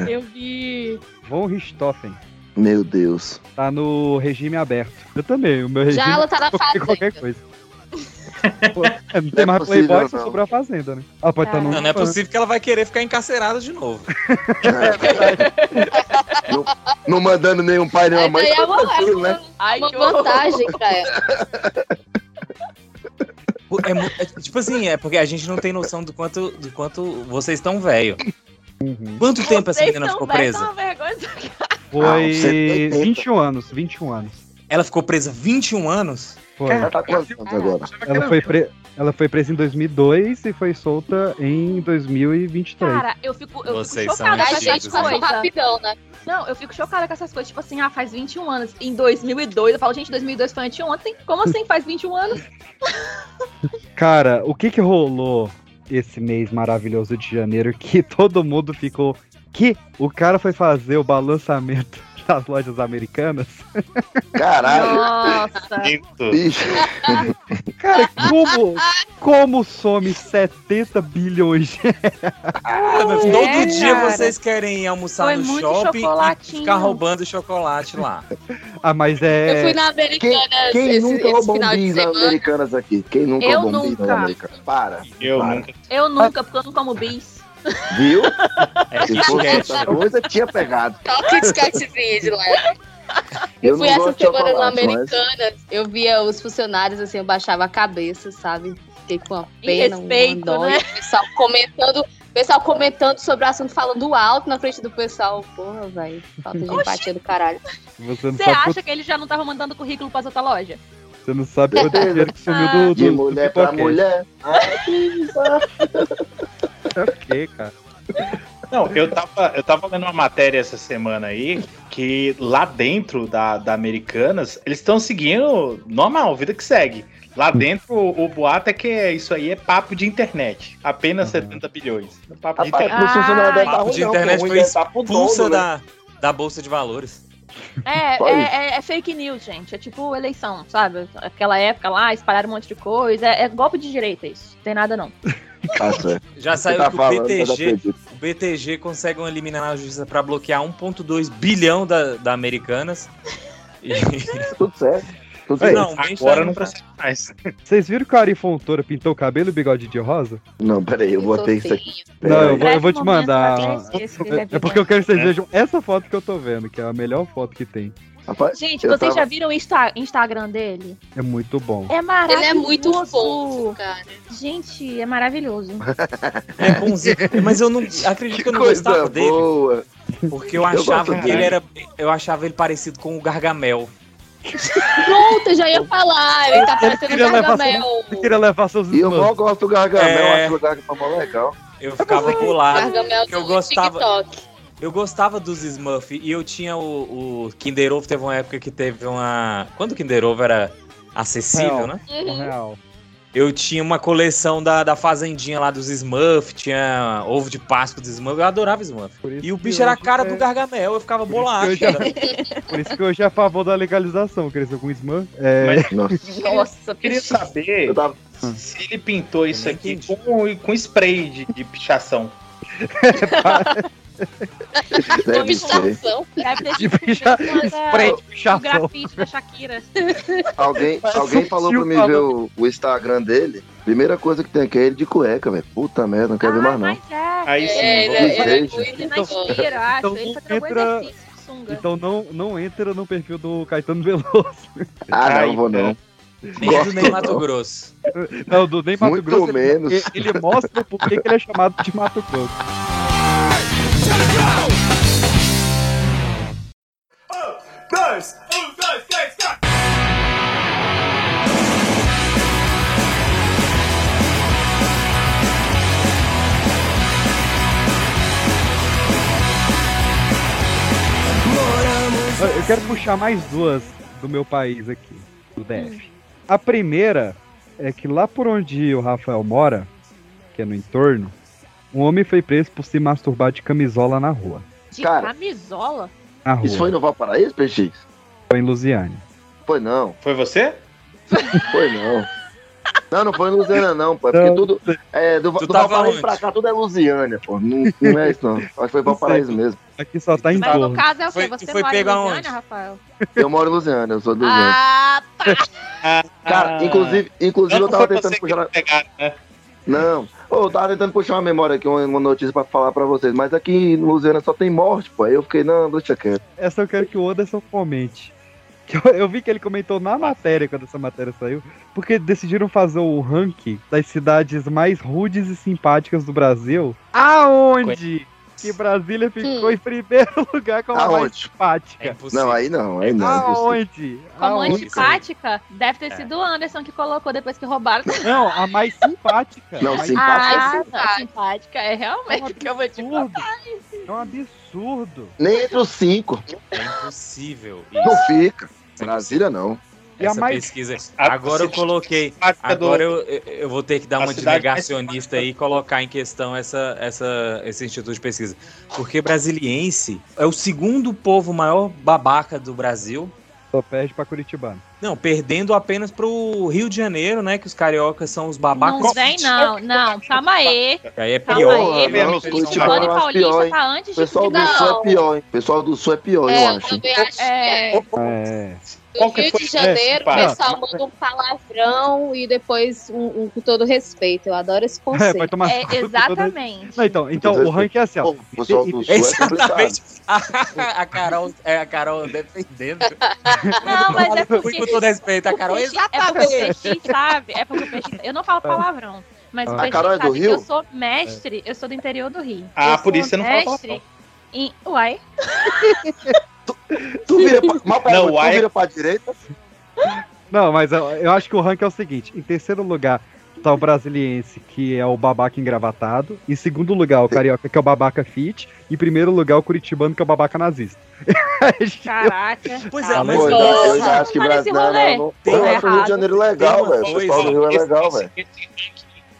Eu vi. Von Richthofen. Meu Deus. Tá no regime aberto. Eu também, o meu regime Já ela tá na pode ser fazenda. qualquer coisa. Pô, é, não tem Não é mais possível, Playboy, só não. sobrou a Fazenda, né? Ela pode estar tá Cara. no... Não, não é possível que ela vai querer ficar encarcerada de novo. Não, não mandando nenhum pai, nenhuma Aí mãe. daí é tá uma, tranquilo, né? Ai, uma que horror. vantagem pra ela. É mu- é tipo assim, é porque a gente não tem noção do quanto, do quanto vocês estão velho. Uhum. Quanto tempo essa Vocês menina são ficou velhos, presa? são vergonhosos. Foi 180. 21 anos, 21 anos. Ela ficou presa 21 anos? Foi. Ela tá com quantos anos agora? Ela foi, pre- ela foi presa em 2002 e foi solta em 2023. Cara, eu fico, eu Vocês fico são chocada com A Mas gente essas mentirosos. passou coisas. rapidão, né? Não, eu fico chocada com essas coisas. Tipo assim, ah, faz 21 anos. Em 2002, eu falo, gente, 2002 foi anteontem. Como assim faz 21 anos? Cara, o que que rolou esse mês maravilhoso de janeiro que todo mundo ficou... Que o cara foi fazer o balançamento das lojas americanas? Caralho, Nossa. um bicho. Cara, como, como some 70 bilhões de Ah, mas É, todo dia cara. vocês querem almoçar Foi no muito shopping e chocolatinho. ficar roubando chocolate lá. Ah, mas Eu é. fui na Quem, Americanas quem esse, nunca esse roubou um final de bis nas semana. americanas aqui? Quem nunca Eu roubou um bis nas nunca. americanas? Para. Eu para. nunca. Ah. Eu nunca, porque eu não como bis. Viu? É Se fosse esquete. outra coisa, tinha pegado. Toque de sketchzinho de lá. Eu Fui não essa gosto de semana no chocolate, mas- Americanas, eu via os funcionários, assim, eu baixava a cabeça, sabe? Fiquei com uma Em pena, um respeito, dó, né? e o pessoal comentando pessoal comentando sobre o assunto, falando alto na frente do pessoal. Porra, velho. Falta de Oxi. empatia do caralho. Você não Você sabe, acha quanto- que ele já não tava mandando currículo pra outra loja? você não sabe quanto dinheiro que sumiu do, do De do mulher pra pipoquete. mulher. Ah, Ok, É cara. Não, eu tava, eu tava lendo uma matéria essa semana aí que lá dentro da, da Americanas eles estão seguindo normal, vida que segue. Lá Uhum. dentro o, o boato é que é- isso aí é papo de internet. Apenas Uhum. 70 bilhões. É Papo de Rapaz, Ah, internet. não funcionou deve tá Ah, papo ruim, de não, internet pô, ruim foi deve tá pro expulsa dono, da, da Bolsa de Valores. É, Só é, é- é fake news, gente. É tipo eleição, sabe? Aquela época lá, espalharam um monte de coisa. É, é golpe de direita isso. Não tem nada, não. Tá certo. Já Você saiu tá que falando, eu o BTG, acredito. o BTG consegue uma liminar na justiça para bloquear 1,2 bilhão da, da Americanas. E- Tudo certo. Tudo Ei, certo. Não, Agora não consegue mais. Vocês viram que o Ari Fontoura pintou o cabelo e o bigode de rosa? Não, peraí, eu botei isso aqui. Não, eu vou, Peraí. eu vou te momento, mandar. Matheus, esse deve É porque eu quero que vocês vejam essa foto que eu tô vendo, que é a melhor foto que tem. Rapaz, Gente, vocês já viram o Insta- Instagram dele? É muito bom. É maravilhoso. Ele é muito fofo, cara. Gente, é maravilhoso. É bonzinho. Mas eu não acredito que eu não Coisa gostava dele. boa. Porque eu Eu achava gosto que ele dele. era. Eu achava ele parecido com o Gargamel. Pronto, eu já ia falar. Ele É, tá parecendo queria um levar Gargamel. Eu queria levar seus E eu mal irmãos. gosto do Gargamel, É. acho o Gargamel mó legal. Eu ficava bolado. Gargamel Eu do gostava- TikTok. Eu gostava dos Smurf e eu tinha o, o Kinder Ovo. Teve uma época que teve uma. Quando o Kinder Ovo era acessível, Real. né? Uhum. Um real. Eu tinha uma coleção da, da fazendinha lá dos Smurf, tinha ovo de Páscoa dos Smurf, eu adorava Smurf. Por isso E o que bicho era a hoje cara é- do Gargamel, eu ficava Por isso, que bolacho. hoje é, por isso que hoje é a favor da legalização. Cresceu com Smurf. É, Nossa, Nossa, Queria bicho. saber eu tava. se ele pintou isso nem aqui entendi. com, com spray de, de pichação. Deve ser. Combinação. Deve ter de sido picha- uma da- spray de é o pichação. grafite da Shakira. Alguém, Mas alguém falou pra sutil, mim ver o, o Instagram dele. Primeira coisa que tem aqui é ele de cueca, velho. Puta merda, não quero ver mais Ah, não. Mas é, Aí sim. É, ele é, ele é Veja. muito na esteira, acho. então ele não tá trabalhando entra- exercício com sunga. Então não, não entra no perfil do Caetano Veloso. Ah, Ai, não, vou não. Nem Gosto do nem não. Mato Grosso. Não, do nem Mato Muito Grosso. ele- menos. Ele, ele mostra por que que ele é chamado de Mato Grosso. Dois, um, dois, três, quatro. Eu eu quero puxar mais duas do meu país aqui, do DF. A primeira é que lá por onde o Rafael mora, que é no entorno, um homem foi preso por se masturbar de camisola na rua. De cara. camisola? Na rua, Isso foi no Valparaíso, PX? foi em Lusiane. Foi não, Foi você? foi não. Não, não foi em Lusiana, não, pô. É porque Não. tudo. É, do, Tu do tava Valparaíso onde? pra cá, tudo é Lusiana, pô. Não, não é isso, não. Acho que foi Valparaíso mesmo. Aqui só tá em Mas no torno. caso é o Então, Foi- quê? Você foi mora em pegar Lusiana, onde? Rafael? Eu moro em Lusiana, eu sou de Lusiana. Ah, Cara, Ah. inclusive, inclusive eu Não tava Ah. foi tentando você que puxar. pegaram, né? Não. Ô, eu tava tentando puxar uma memória aqui, uma uma notícia pra falar pra vocês, mas aqui em Lusiana só tem morte, pô. Aí eu fiquei, não, deixa quieto. Essa eu quero que o Anderson comente. Que eu, eu vi que ele comentou na matéria, quando essa matéria saiu, porque decidiram fazer o ranking das cidades mais rudes e simpáticas do Brasil. Aonde? Que Brasília ficou em primeiro lugar como a mais Aonde? É simpática. impossível. Tá Não, aí não, aí não. Aonde? como Aonde? antipática, deve É. ter sido o Anderson que colocou depois que roubaram. Não, a mais simpática. Não, A mais simpática. é Ah, tá. simpática. É realmente o que eu vou te falar. absurdo. É um absurdo. Nem entre os cinco. É impossível. Não Isso. fica. Brasília não. E a Essa mais- pesquisa. A- Agora eu cidade coloquei. simpática do- Agora eu, eu vou ter que dar A uma de cidade mais negacionista aí e colocar em questão essa, essa, esse instituto de pesquisa. Porque brasiliense é o segundo povo maior babaca do Brasil. Só perde pra Curitibano. Não, perdendo apenas pro Rio de Janeiro, né? Que os cariocas são os babacas. Não vem, não, não. Calma aí. Aí é Calma pior. aí. né? Não, Eles são Curitibano babacas. Mano e eu acho pior, Paulista hein? tá antes O de pessoal tudo. do Não. Sul é pior, hein? O pessoal do Sul é pior, É, eu eu acho. também acho. É. É. No Qual que Rio foi de o Janeiro, o principal? pessoal manda um palavrão e depois um, um com todo respeito. Eu adoro esse É, conceito. vai tomar. É, exatamente. Não, então, então, o ranking é assim, ó. Pô, O pessoal do Sul é complicado. Exatamente. A, a Carol, é, a Carol defendendo. Não, mas é Fui porque. com todo respeito, a o é Carol. peixe- É porque o peixe sabe. É porque o peixe. Eu não falo palavrão. Mas Ah. o Peixinho A Carol é do sabe que Rio? eu sou mestre, eu sou do interior do Rio. Ah, Eu por sou isso você não fala mestre em... Uai? Tu vira pra, mal Não, não, o tu Ai- vira pra direita. Não, mas eu, eu acho que o ranking é o seguinte: em terceiro lugar tá o brasiliense, que é o babaca engravatado. Em segundo lugar, o carioca, que é o babaca fit. Em primeiro lugar, o curitibano, que é o babaca nazista. Caraca. Pois é, Ah, pô, eu já acho que Mas esse Brasil não, rolê não, não. tem Eu acho o Rio errado. de Janeiro Tem legal, uma velho. O pessoal do coisa- Rio é esse- legal, esse- velho.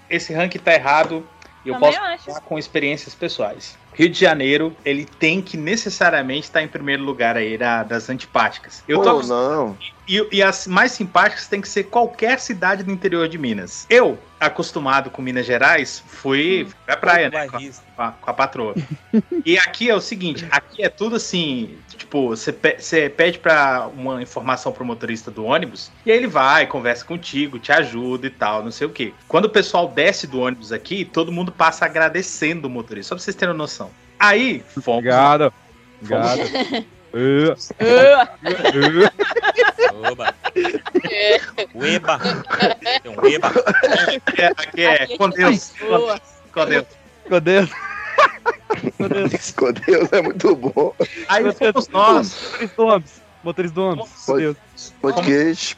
Esse ranking tá errado e eu Também posso acho. falar com experiências pessoais. Rio de Janeiro, ele tem que necessariamente estar em primeiro lugar aí da- das antipáticas. Eu tô Pô, não. E, e as mais simpáticas tem que ser qualquer cidade do interior de Minas. Eu, acostumado com Minas Gerais, Hum. fui pra praia, né? Com a, com a- com a patroa. e aqui é o seguinte: aqui é tudo assim. Tipo, você pe- você pede pra uma informação pro motorista do ônibus, e aí ele vai, conversa contigo, te ajuda e tal, não sei o quê. Quando o pessoal desce do ônibus aqui, todo mundo passa agradecendo o motorista, só pra vocês terem noção. Aí, fomos. Obrigado. Fomos- Obrigado. Eh, eh. Oba. É. Ueba. Tem um Ueba. É, aqui é, com Deus. Com Deus. Com Deus. Com uh. Deus. Com Deus é muito bom. Aí fomos nós. Motores do ônibus. Motores do ônibus. Meu Deus. Podcast.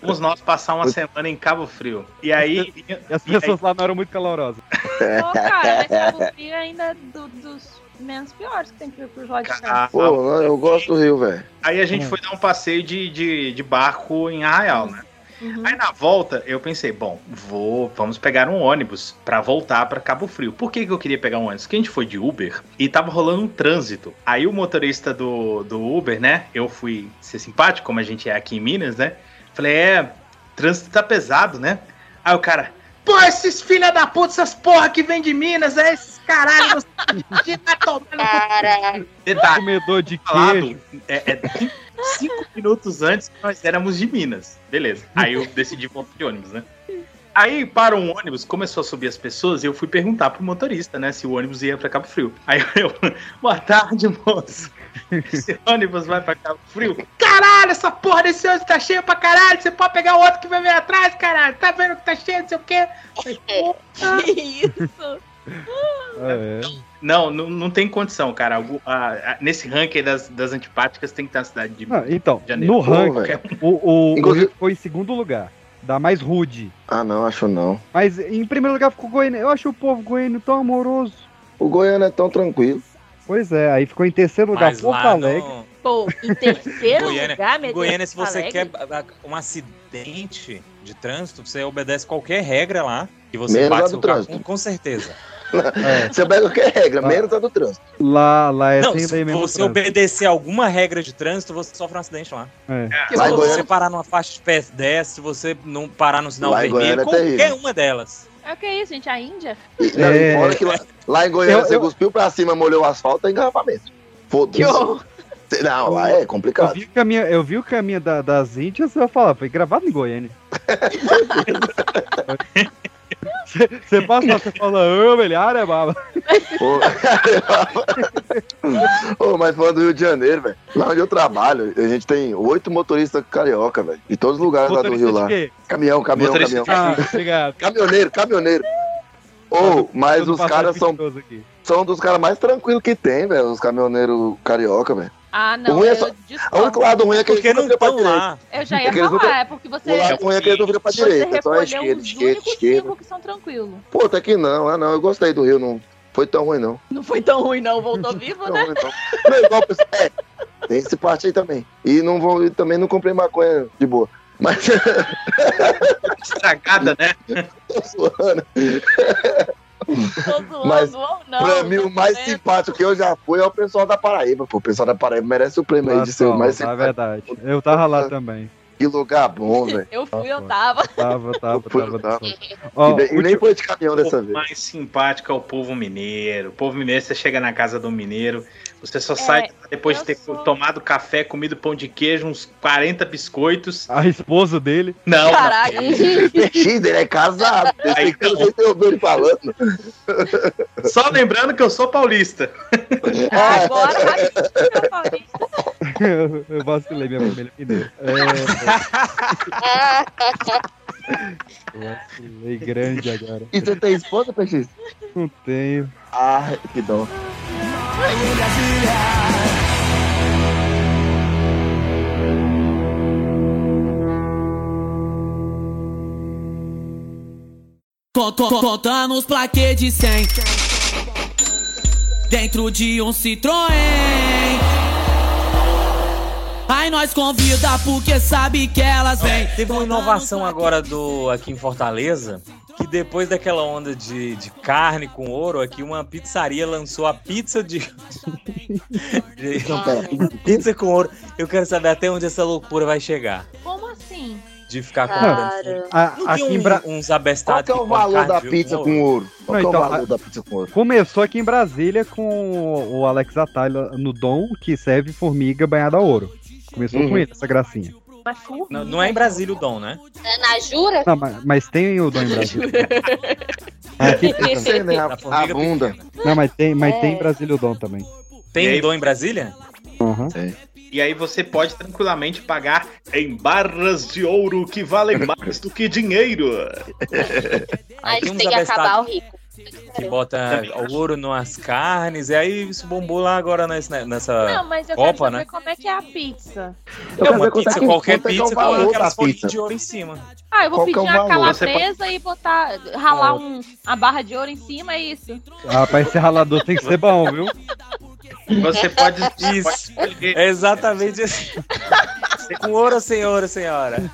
Fomos nós passar uma semana em Cabo Frio. E aí. E as pessoas lá não eram muito calorosas. Pô, cara, mas Cabo Frio ainda é do- dos menos piores que tem que ir pros lados de cá. Pô, não, eu gosto do Rio, velho. Aí a gente foi dar um passeio de, de, de barco em Arraial, né? Aí na volta eu pensei, bom, vou, vamos pegar um ônibus pra voltar pra Cabo Frio. Por que, que eu queria pegar um ônibus? Porque a gente foi de Uber e tava rolando um trânsito. Aí o motorista do, do Uber, né? Eu fui ser simpático, como a gente é aqui em Minas, né? Falei, é, trânsito tá pesado, né? Aí o cara, pô, esses filha da puta, essas porra que vem de Minas, é esses caralho, você tá tomando. Caralho. Detalhe, Comedor de Tá queijo. É, é cinco- cinco minutos antes que nós éramos de Minas. Beleza. Aí eu decidi voltar de ônibus, né? Aí para um ônibus, começou a subir as pessoas e eu fui perguntar pro motorista, né, se o ônibus ia para Cabo Frio. Aí eu, boa tarde, moço. Esse ônibus vai para Cabo Frio? Caralho, essa porra desse ônibus tá cheia pra caralho. Você pode pegar outro que vai vir atrás, caralho. Tá vendo que tá cheio, não sei o quê. Que isso? É. Não, não, não tem condição, cara. Algu- a- a- nesse ranking das, das antipáticas tem que estar a cidade de Ah, então, de Janeiro. no Pô, ranking, velho. o, o, o Inclusive- Rio foi em segundo lugar. Dá mais rude. Ah, não, acho não. Mas em primeiro lugar ficou o Goiânia. Eu acho o povo goiano tão amoroso. O Goiânia é tão tranquilo. Pois é, aí ficou em terceiro lugar Mas Porto lá Alegre. no Pô, em terceiro Goiânia, lugar, meu em Deus, Goiânia, se Porto você Alegre? quer a- a- um acidente de trânsito, você obedece qualquer regra lá. Que você Menos a bate do seu carro, trânsito. com, com certeza. Você pega qualquer regra, Ah. menos a do trânsito. Lá, lá é não, sem se lei mesmo. você trânsito. obedecer alguma regra de trânsito, você sofre um acidente lá. É. Porque Lá se em você Goiânia- parar numa faixa de pedestre, se você não parar no sinal Lá em Goiânia vermelho, é qualquer terrível. uma delas. É o que é isso, gente? A Índia? E, não, É. e fora que lá, lá em Goiânia Eu- você eu- cuspiu pra cima, molhou o asfalto, é engarrafamento. Foda-se. Cê- Não, lá é Eu complicado. vi o caminho, eu vi o caminho da- das Índias e eu falava, foi gravado em Goiânia. Você você passa, lá, você fala, ô, velho, área baba. Pô, Ô, mas falando do Rio de Janeiro, velho. Lá onde eu trabalho, a gente tem oito motoristas carioca, velho. De todos os lugares lá do Motorista Rio de lá. quê? Caminhão, caminhão, Motorista caminhão. Ah, obrigado. Caminhoneiro, caminhoneiro. Ou, mas Todo os passado caras são, perigoso aqui. são dos caras mais tranquilos que tem, velho. Os caminhoneiros carioca, velho. Ah, não, Ruim é eu só- O discordo. único lado ruim é que eles Porque nunca não viram pra estão direita. lá. Eu já ia Porque eles não falar, é porque você... O lado ruim é que eles não viram pra Você direita. Só recolheu é esquerda, os esquerda, únicos esquerda. cinco que são tranquilos. Pô, até que não, ah não, eu gostei do Rio, não foi tão ruim não. Não foi tão ruim, não. Voltou vivo, Não, né? então. não é igual pra esse- é, tem esse parte aí também. E não vou, e também não comprei maconha de boa. Mas Estragada, né? tô zoando. Tô zoando Mas, ou não. pra mim, o mais né? simpático que eu já fui é o pessoal da Paraíba. Pô, o pessoal da Paraíba merece o prêmio aí de ser o Natal, mais na simpático. verdade. Eu tava lá também. Que lugar bom, velho. Eu fui, Ah, eu tava. Tava, tava, Foi tava. Natal. tava. Ó, tá. e, nem- e nem último- foi de caminhão O dessa povo vez. mais simpático é o povo mineiro. O povo mineiro, você chega na casa do mineiro, você só sai depois de É, eu ter sou- tomado café, comido pão de queijo, uns 40 biscoitos. a esposa dele. Não, não. Caraca. X, ele é casado. Aí, Esse então. cara tem o ele falando. só lembrando que eu sou paulista. Agora, rapidinho, Paulista. eu vacilei minha família mineira. É, Vacilei grande agora. E você tem esposa, Peixe? Não tenho. Ah, que dó. Co- co- Contando os plaquês de 100 Dentro de um Citroën Aí nós convida porque sabe que elas vêm Teve uma inovação agora do aqui em Fortaleza, que depois daquela onda de, de carne com ouro, aqui uma pizzaria lançou a pizza de. de- Então, pizza com ouro. Eu quero saber até onde essa loucura vai chegar. Como assim? De ficar Cara. comprando. A- Não aqui tem em um- Bra- uns Qual abestados que é o que põem valor da carne pizza com ouro? Qual que é o valor da pizza com ouro? então, Começou aqui em Brasília com o Alex Atalho no Dom, que serve formiga banhada a ouro. Começou Uhum. com ele, essa gracinha. Não, não é em Brasília o dom, né? É na jura? Não, mas, mas tem o Dom em Brasília. Aqui tem também. Você, né? A, a bunda. Não, mas tem, mas É. tem em Brasília o Dom também. Tem um dom em Brasília? Aham. E aí você pode tranquilamente pagar em barras de ouro que valem mais do que dinheiro. Aí tem tem uns que acabar o abestados rico. que bota o ouro nas carnes, e aí isso bombou lá agora nesse- né, nessa Não, mas eu quero Copa, saber né? como é que é a pizza. É uma quanto é pizza, que- qualquer quanto é que é o pizza, valor com aquelas da folhinhas pizza? de ouro em cima. Ah, eu vou Qual que é pedir o uma valor? Você calabresa e botar, Ah. ralar um, a barra de ouro em cima, é isso. Ah, pra esse ralador tem que ser bom, viu? Você pode. Isso. É exatamente assim. Com ouro ou sem ouro, senhora?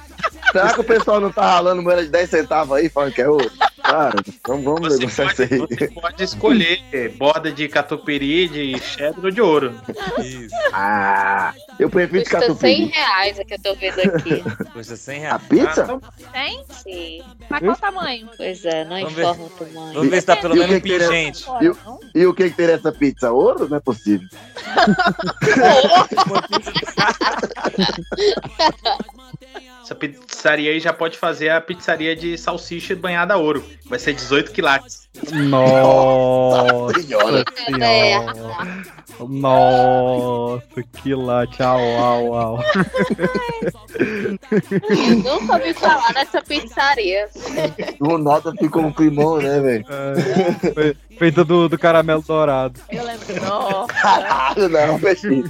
Será que o pessoal não tá ralando moeda de 10 centavos aí, falando que é ouro? Cara, vamos, vamos negociar isso aí. Pode escolher borda de catupiry, de cheddar ou de ouro. Isso. Ah, eu prefiro de Custa 100 catupiry. reais é que eu tô vendo aqui. assim. Custa 100 reais. A pizza? Tem? Sim. Mas qual o tamanho? Pois é, não Vamos ver. informa o tamanho. Vamos ver se tá pelo E o que menos que é? interessa? pingente. E, o- e o que que teria essa pizza? Ouro? Não é possível. Essa pizzaria aí já pode fazer a pizzaria de salsicha banhada a ouro. Vai ser 18 quilates. Nossa senhora. senhora. Nossa, que late. Au, au, au. Eu nunca ouvi falar nessa pizzaria. O Nota ficou um climão, né, velho? Fe- Feita do, do caramelo dourado. Eu lembro. Não. Caralho, não, peixinho.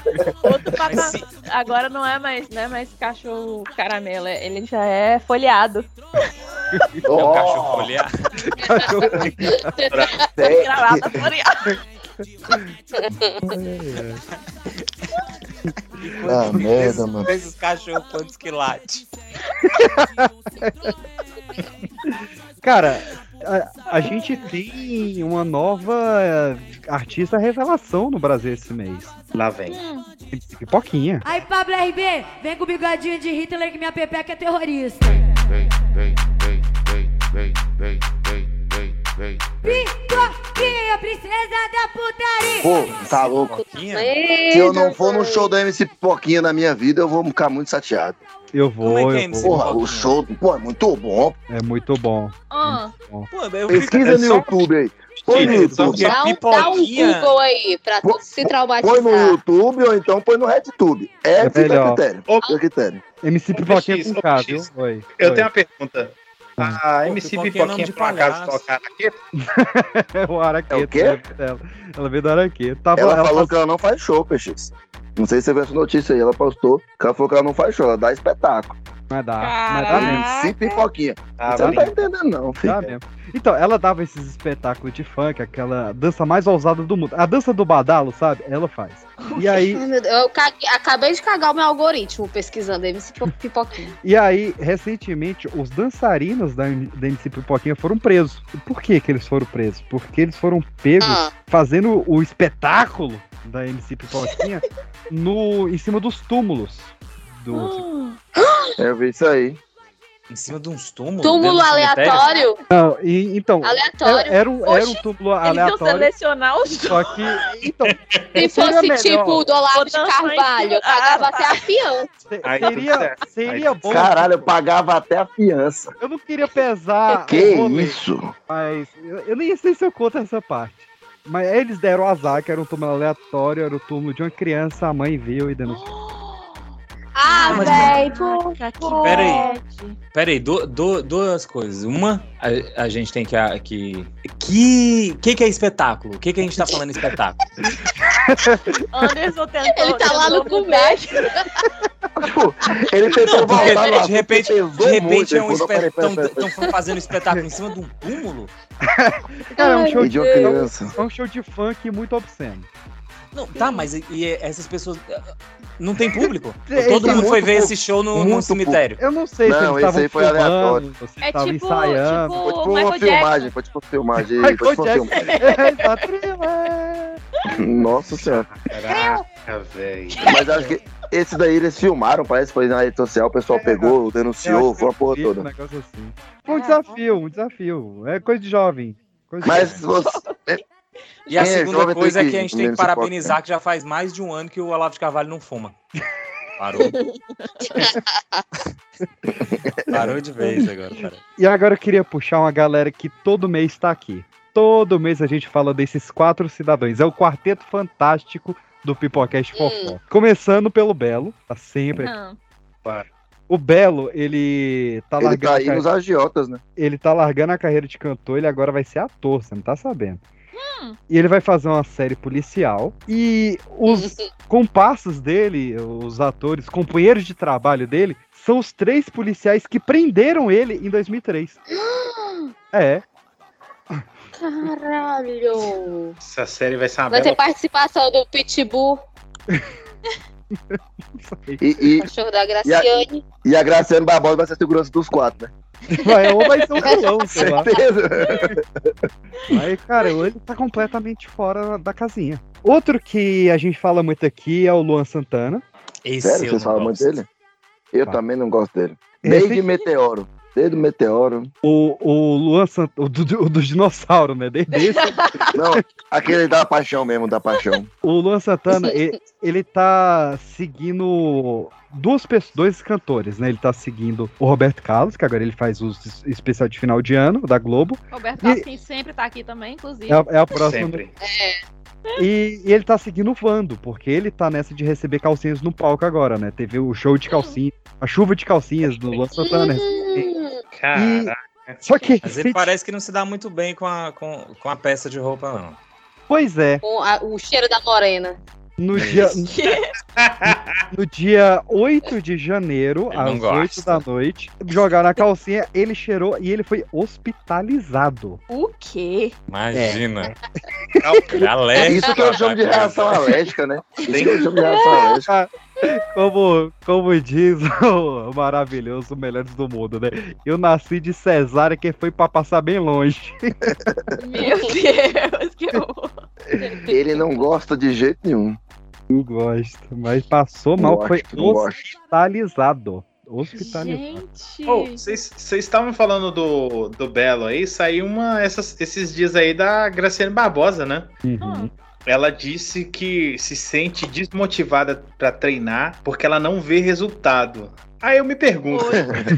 Agora não é mais, né? Mas cachorro caramelo, é- ele já é folheado. É o cachorro Oh. folheado. Gravata folheada. Ah, merda, mano. Esses cachorros quantos que late. Cara, a, a gente tem uma nova eh, artista revelação no Brasil esse mês. Lá vem. Pipoquinha. Aí, Pablo RB, vem com o bigodinho de Hitler que minha pepeca é terrorista. Vem, vem, vem, vem, vem, vem, vem, vem, vem, vem. Pipoquinha, princesa da putaria. Pô, tá louco. Se eu não for no show da MC Pipoquinha na minha vida, eu vou ficar muito chateado. Eu vou, Como eu vou. Porra, o show, pô, é muito bom. É muito bom. Ah, Pô, é eu Pesquisa um no YouTube aí. Põe no Gente, só YouTube. que é Dá um, dá um pipoquinha. Google aí pra tu se Põe no traumatizar. YouTube ou então põe no RedTube. É, É é fica melhor. a critério. Fica Ah. a critério. MC Pipoquinha com K, viu? Oi. um Eu oi. tenho uma pergunta. A MC Pipoquinha é nome Pipoquinha de por acaso palhaço. toca aqui? o Araqueta. É o quê? ela veio dela. Ela veio do Araqueta. Tá, Ela falou falou- que ela não faz show, Peixes. Não sei se você viu essa notícia aí. Ela postou que ela falou que ela não faz show, ela dá espetáculo. Mas Ah, dá, mas dá mesmo. assim, MC Pipoquinha. Ah, você não tá Então valeu. entendendo, não, filho. Dá mesmo. Então, ela dava esses espetáculos de funk, aquela dança mais ousada do mundo. A dança do badalo, sabe? Ela faz. E aí, Ai, meu Deus, Eu caguei- acabei de cagar o meu algoritmo pesquisando MC Pipo- Pipoquinha. e aí recentemente, os dançarinos da, M- da MC Pipoquinha foram presos. E Por que, que eles foram presos? Porque eles foram pegos Ah. fazendo o espetáculo da MC Pipoquinha no, em cima dos túmulos. Ah. Do... Eu vi isso aí. Em cima de uns túmulos. dentro Túmulo do cemitério? aleatório? Não, e- então, Aleatório. era, era um, era um Oxe, túmulo Eles iam aleatório. selecionar os Só que, então, seria Se fosse melhor. um tipo do Olavo de Botão só em Carvalho, eu cima. cagava até Ah, tá. a fiança. Se- Aí tudo seria, certo. seria bom. tipo, Caralho, eu pagava até a fiança. Eu não queria pesar. Que é o rolê, isso? Mas eu, eu nem sei se eu conto essa parte. Mas eles deram azar, que era um túmulo aleatório, era o túmulo de uma criança, a mãe viu e denunciou. Ah, mas- É, véi, puta que Peraí. Peraí, du- du- duas coisas. Uma, a, a gente tem que. a- que... Que, que que é espetáculo? O que, que a gente tá falando em espetáculo? Anderson É tentou. Ele tá lá no um tentou comércio. Ele tentou Não, de voltar repente, lá. de repente, pesou de repente muito, é um ele falou, "Peraí, peraí, espetáculo. peraí, peraí." Estão fazendo espetáculo em cima de um túmulo? Cara, é um show E de, de uma criança. é um show de funk muito obsceno. Não, tá, mas e, e essas pessoas. eh, Não tem público? Tem, Todo tem mundo foi muito ver pouco, esse show no, muito no cemitério. pouco. Eu não sei se Não, eles esse estavam aí foi filmando, aleatório. se É estavam tipo- ensaiando. tipo Foi tipo Michael uma Jackson. filmagem, foi tipo uma filmagem. Foi Michael tipo uma filmagem. É, tá Nossa senhora. Caraca, velho. Mas acho que esse daí eles filmaram, parece, foi na rede social, o pessoal pegou, É, denunciou, foi uma porra Um toda. negócio assim. Foi um desafio, um desafio. É coisa de jovem. Coisa Mas de você. E a É, então segunda vai ter coisa é que que a gente tem que menos hipócrita. parabenizar que já faz mais de um ano que o Olavo de Carvalho não fuma. Parou. Parou de vez agora, cara. E agora eu queria puxar uma galera que todo mês tá aqui. Todo mês a gente fala desses quatro cidadãos. É o quarteto fantástico do Pipocast Fofó. Começando pelo Belo, tá sempre aqui. Não. O Belo, ele tá Ele largando. tá a aí carre- nos agiotas, né? ele tá largando a carreira de cantor, ele agora vai ser ator, você não tá sabendo. E ele vai fazer uma série policial. E Hum. os comparsos dele, os atores, companheiros de trabalho dele, são os três policiais que prenderam ele em 2003. É. Caralho. Essa série vai Tá ser uma Vai ter bela. participação do Pitbull, E, e, cachorro da e, a, Graciane. e a Graciane Barbosa vai ser a segurança dos quatro, né? Vai, ou vai ser um vilão, sei lá. Certeza. Aí, cara, ele tá completamente fora da casinha. Outro que a gente fala muito aqui é o Luan Santana. Esse Sério, eu vocês não falam muito gosto. dele? Eu Tá. também não gosto dele. Esse- Desde Meteoro. Desde Meteoro. O, o Luan Santana, o do, o do dinossauro, né? Desde esse Não, aquele da paixão mesmo, da paixão. O Luan Santana, e- ele, tá seguindo duas pessoas, dois cantores, né? Ele tá seguindo o Roberto Carlos, que agora ele faz o es- especial de final de ano da Globo. Roberto E- Pasquim sempre tá aqui também, inclusive. É a, é a próxima. Sempre. né? E, e ele tá seguindo o Vando, porque ele tá nessa de receber calcinhas no palco agora, né? Teve o show de calcinha, a chuva de calcinhas do Luan Santana. Hum, Caraca. Só que. Mas ele parece que não se dá muito bem com a, com, com a peça de roupa, não. Pois é, com a- o cheiro da morena. no É dia, No dia 8 de janeiro, Ele não às gosta. 8 da noite, jogaram a calcinha, ele cheirou e ele foi hospitalizado. O quê? Imagina. é Calma. Galera. É. Isso que eu chamo de reação alérgica, né? Isso que eu chamo de reação alérgica. Como, como diz o maravilhoso Melhores do Mundo, né? Eu nasci de cesárea que foi pra passar bem longe. Meu Deus, que horror. Ele não gosta de jeito nenhum. Não gosto, mas passou mal, Não foi gosto, não gosto. hospitalizado. Hospitalizado. Gente. Ô, Vocês vocês estavam falando do, do Belo aí, saiu uma essas, esses dias aí da Graciane Barbosa, né? Uhum. Ela disse que se sente desmotivada pra treinar porque ela não vê resultado. Aí eu me pergunto,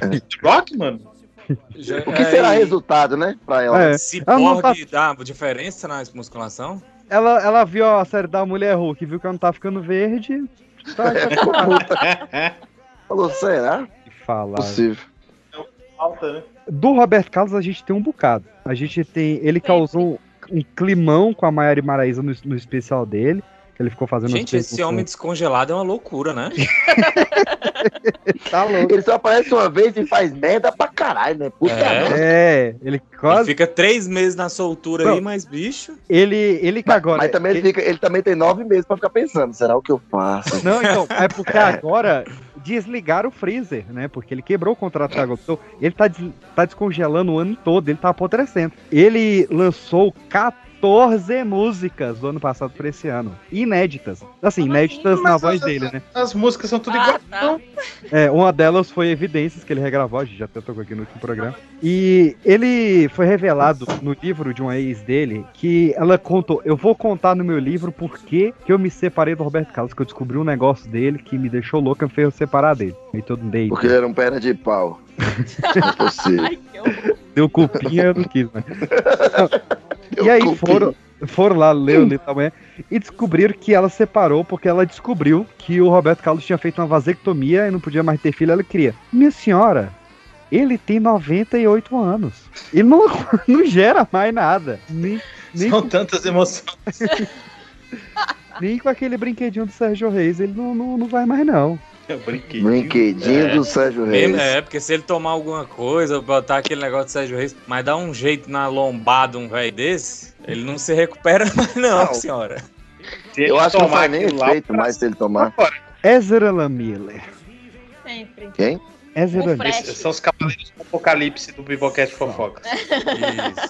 rock, mano? O que será resultado, né? Pra ela. É. Se Ela não pode dar diferença na musculação? Ela, ela viu a série da Mulher Hulk, viu que ela não tá ficando verde. É. Tá, tá, Falou, será? Falar. Possível. Falta, né? Do Roberto Carlos a gente tem um bocado. A gente tem. Ele causou um, um climão com a Maiara e Maraísa no, no especial dele. Que ele ficou fazendo as Gente, esse perguntas. homem descongelado é uma loucura, né? tá louco. Ele só aparece uma vez e faz merda pra caralho, né? Puta É. merda. É, ele Ele quase. fica três meses na soltura aí, Não. mas bicho. Ele, ele que agora. Mas também ele, ele- fica, ele também tem nove meses pra ficar pensando, será o que eu faço? Não, então, é porque agora desligaram o freezer, né? Porque ele quebrou o contrato da Globo. Então, ele tá, des- tá descongelando o ano todo, ele tá apodrecendo. Ele lançou 14 músicas do ano passado pra esse ano. Inéditas. Assim, inéditas na Mas voz essas- dele, né? As músicas são tudo igual. Ah, tá. É, uma delas foi Evidências, que ele regravou, a gente já até tocou aqui no último programa. E ele foi revelado no livro de uma ex dele que ela contou: Eu vou contar no meu livro por que que eu me separei do Roberto Carlos, que eu descobri um negócio dele que me deixou louca, fez eu separar dele. Aí todo mundo Porque ele era um perna de pau. Não é possível. Ai, que horror. deu culpinha, eu não quis, né? E aí Eu foram, foram lá ler o livro da mulher e descobriram que ela separou porque ela descobriu que o Roberto Carlos tinha feito uma vasectomia e não podia mais ter filho, ela cria. Minha senhora, ele tem 98 anos. Ele não, não gera mais nada. Nem, nem São com, tantas emoções. nem com aquele brinquedinho do Sérgio Reis, ele não, não, não vai mais não. Brinquedinho, Brinquedinho do Sérgio Reis. É, porque se ele tomar alguma coisa, botar aquele negócio do Sérgio Reis, mas dá um jeito na lombada um velho desse, ele não se recupera mais não, Não. senhora. Eu acho que não faz nem efeito mais se ele tomar. Ezra Lamiller. Sempre. Quem? Ezra Miller. Esses são os cavaleiros do apocalipse do Bibocast Fofoca.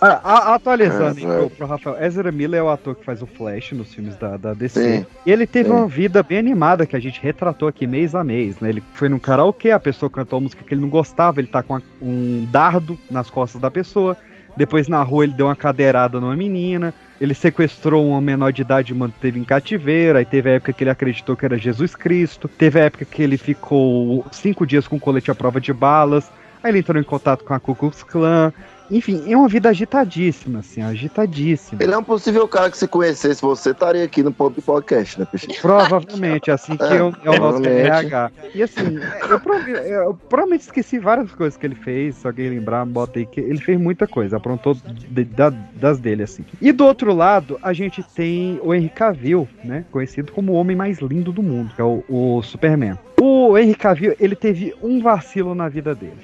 Ah, a- atualizando É, hein, pro, velho. pro Rafael, Ezra Miller é o ator que faz o Flash nos filmes da, da DC. Sim, E ele teve sim. uma vida bem animada que a gente retratou aqui mês a mês. Né? Ele foi num karaokê, a pessoa cantou uma música que ele não gostava, ele tá com a- um dardo nas costas da pessoa. Depois na rua ele deu uma cadeirada numa menina. Ele sequestrou uma menor de idade e manteve em cativeiro. Aí teve a época que ele acreditou que era Jesus Cristo. Teve a época que ele ficou cinco dias com colete à prova de balas. Aí ele entrou em contato com a Ku Klux Klan. Enfim, é uma vida agitadíssima, assim, agitadíssima. Ele é um possível cara que se conhecesse você, estaria aqui no Pop Podcast, né, Peixe? Provavelmente, assim que É, eu, é o nosso provavelmente. RH. E assim, eu, prova- eu provavelmente esqueci várias coisas que ele fez, se alguém lembrar, bota aí que ele fez muita coisa, aprontou de- da- das dele, assim. E do outro lado, a gente tem o Henry Cavill, né, conhecido como o homem mais lindo do mundo, que é o, o Superman. O Henry Cavill, ele teve um vacilo na vida dele.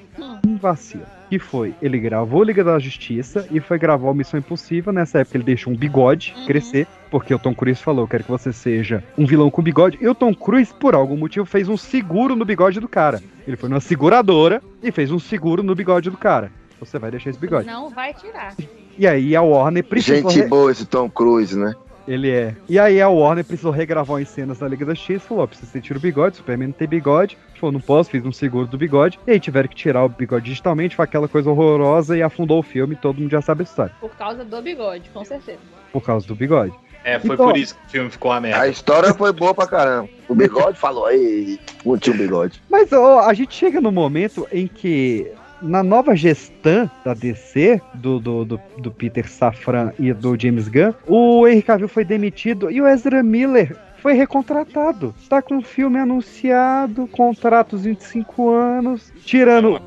Um vacilo. Que foi, ele gravou Liga da Justiça e foi gravar o Missão Impossível. Nessa época ele deixou um bigode crescer, porque o Tom Cruise falou: quero que você seja um vilão com bigode. E o Tom Cruise, por algum motivo, fez um seguro no bigode do cara. Ele foi numa seguradora e fez um seguro no bigode do cara. Você vai deixar esse bigode. Não vai tirar. E aí a Warner precisou. Gente re- boa esse Tom Cruise, né? Ele é. E aí a Warner precisou regravar as cenas da Liga da X, falou, ó, precisa você tira o bigode, Superman não tem bigode. Falou, não posso, fiz um seguro do bigode. E aí tiveram que tirar o bigode digitalmente, foi aquela coisa horrorosa e afundou o filme, todo mundo já sabe a história, Por causa do bigode, com certeza. por causa do bigode. É, foi Então- por isso que o filme ficou a merda. A história foi boa pra caramba. O bigode falou aí, o tio bigode. Mas ó, a gente chega no momento em que na nova gestão da DC, do, do, do, do Peter Safran e do James Gunn, o Henry Cavill foi demitido e o Ezra Miller foi recontratado. Está com o filme anunciado, contrato 25 anos, É um tirando...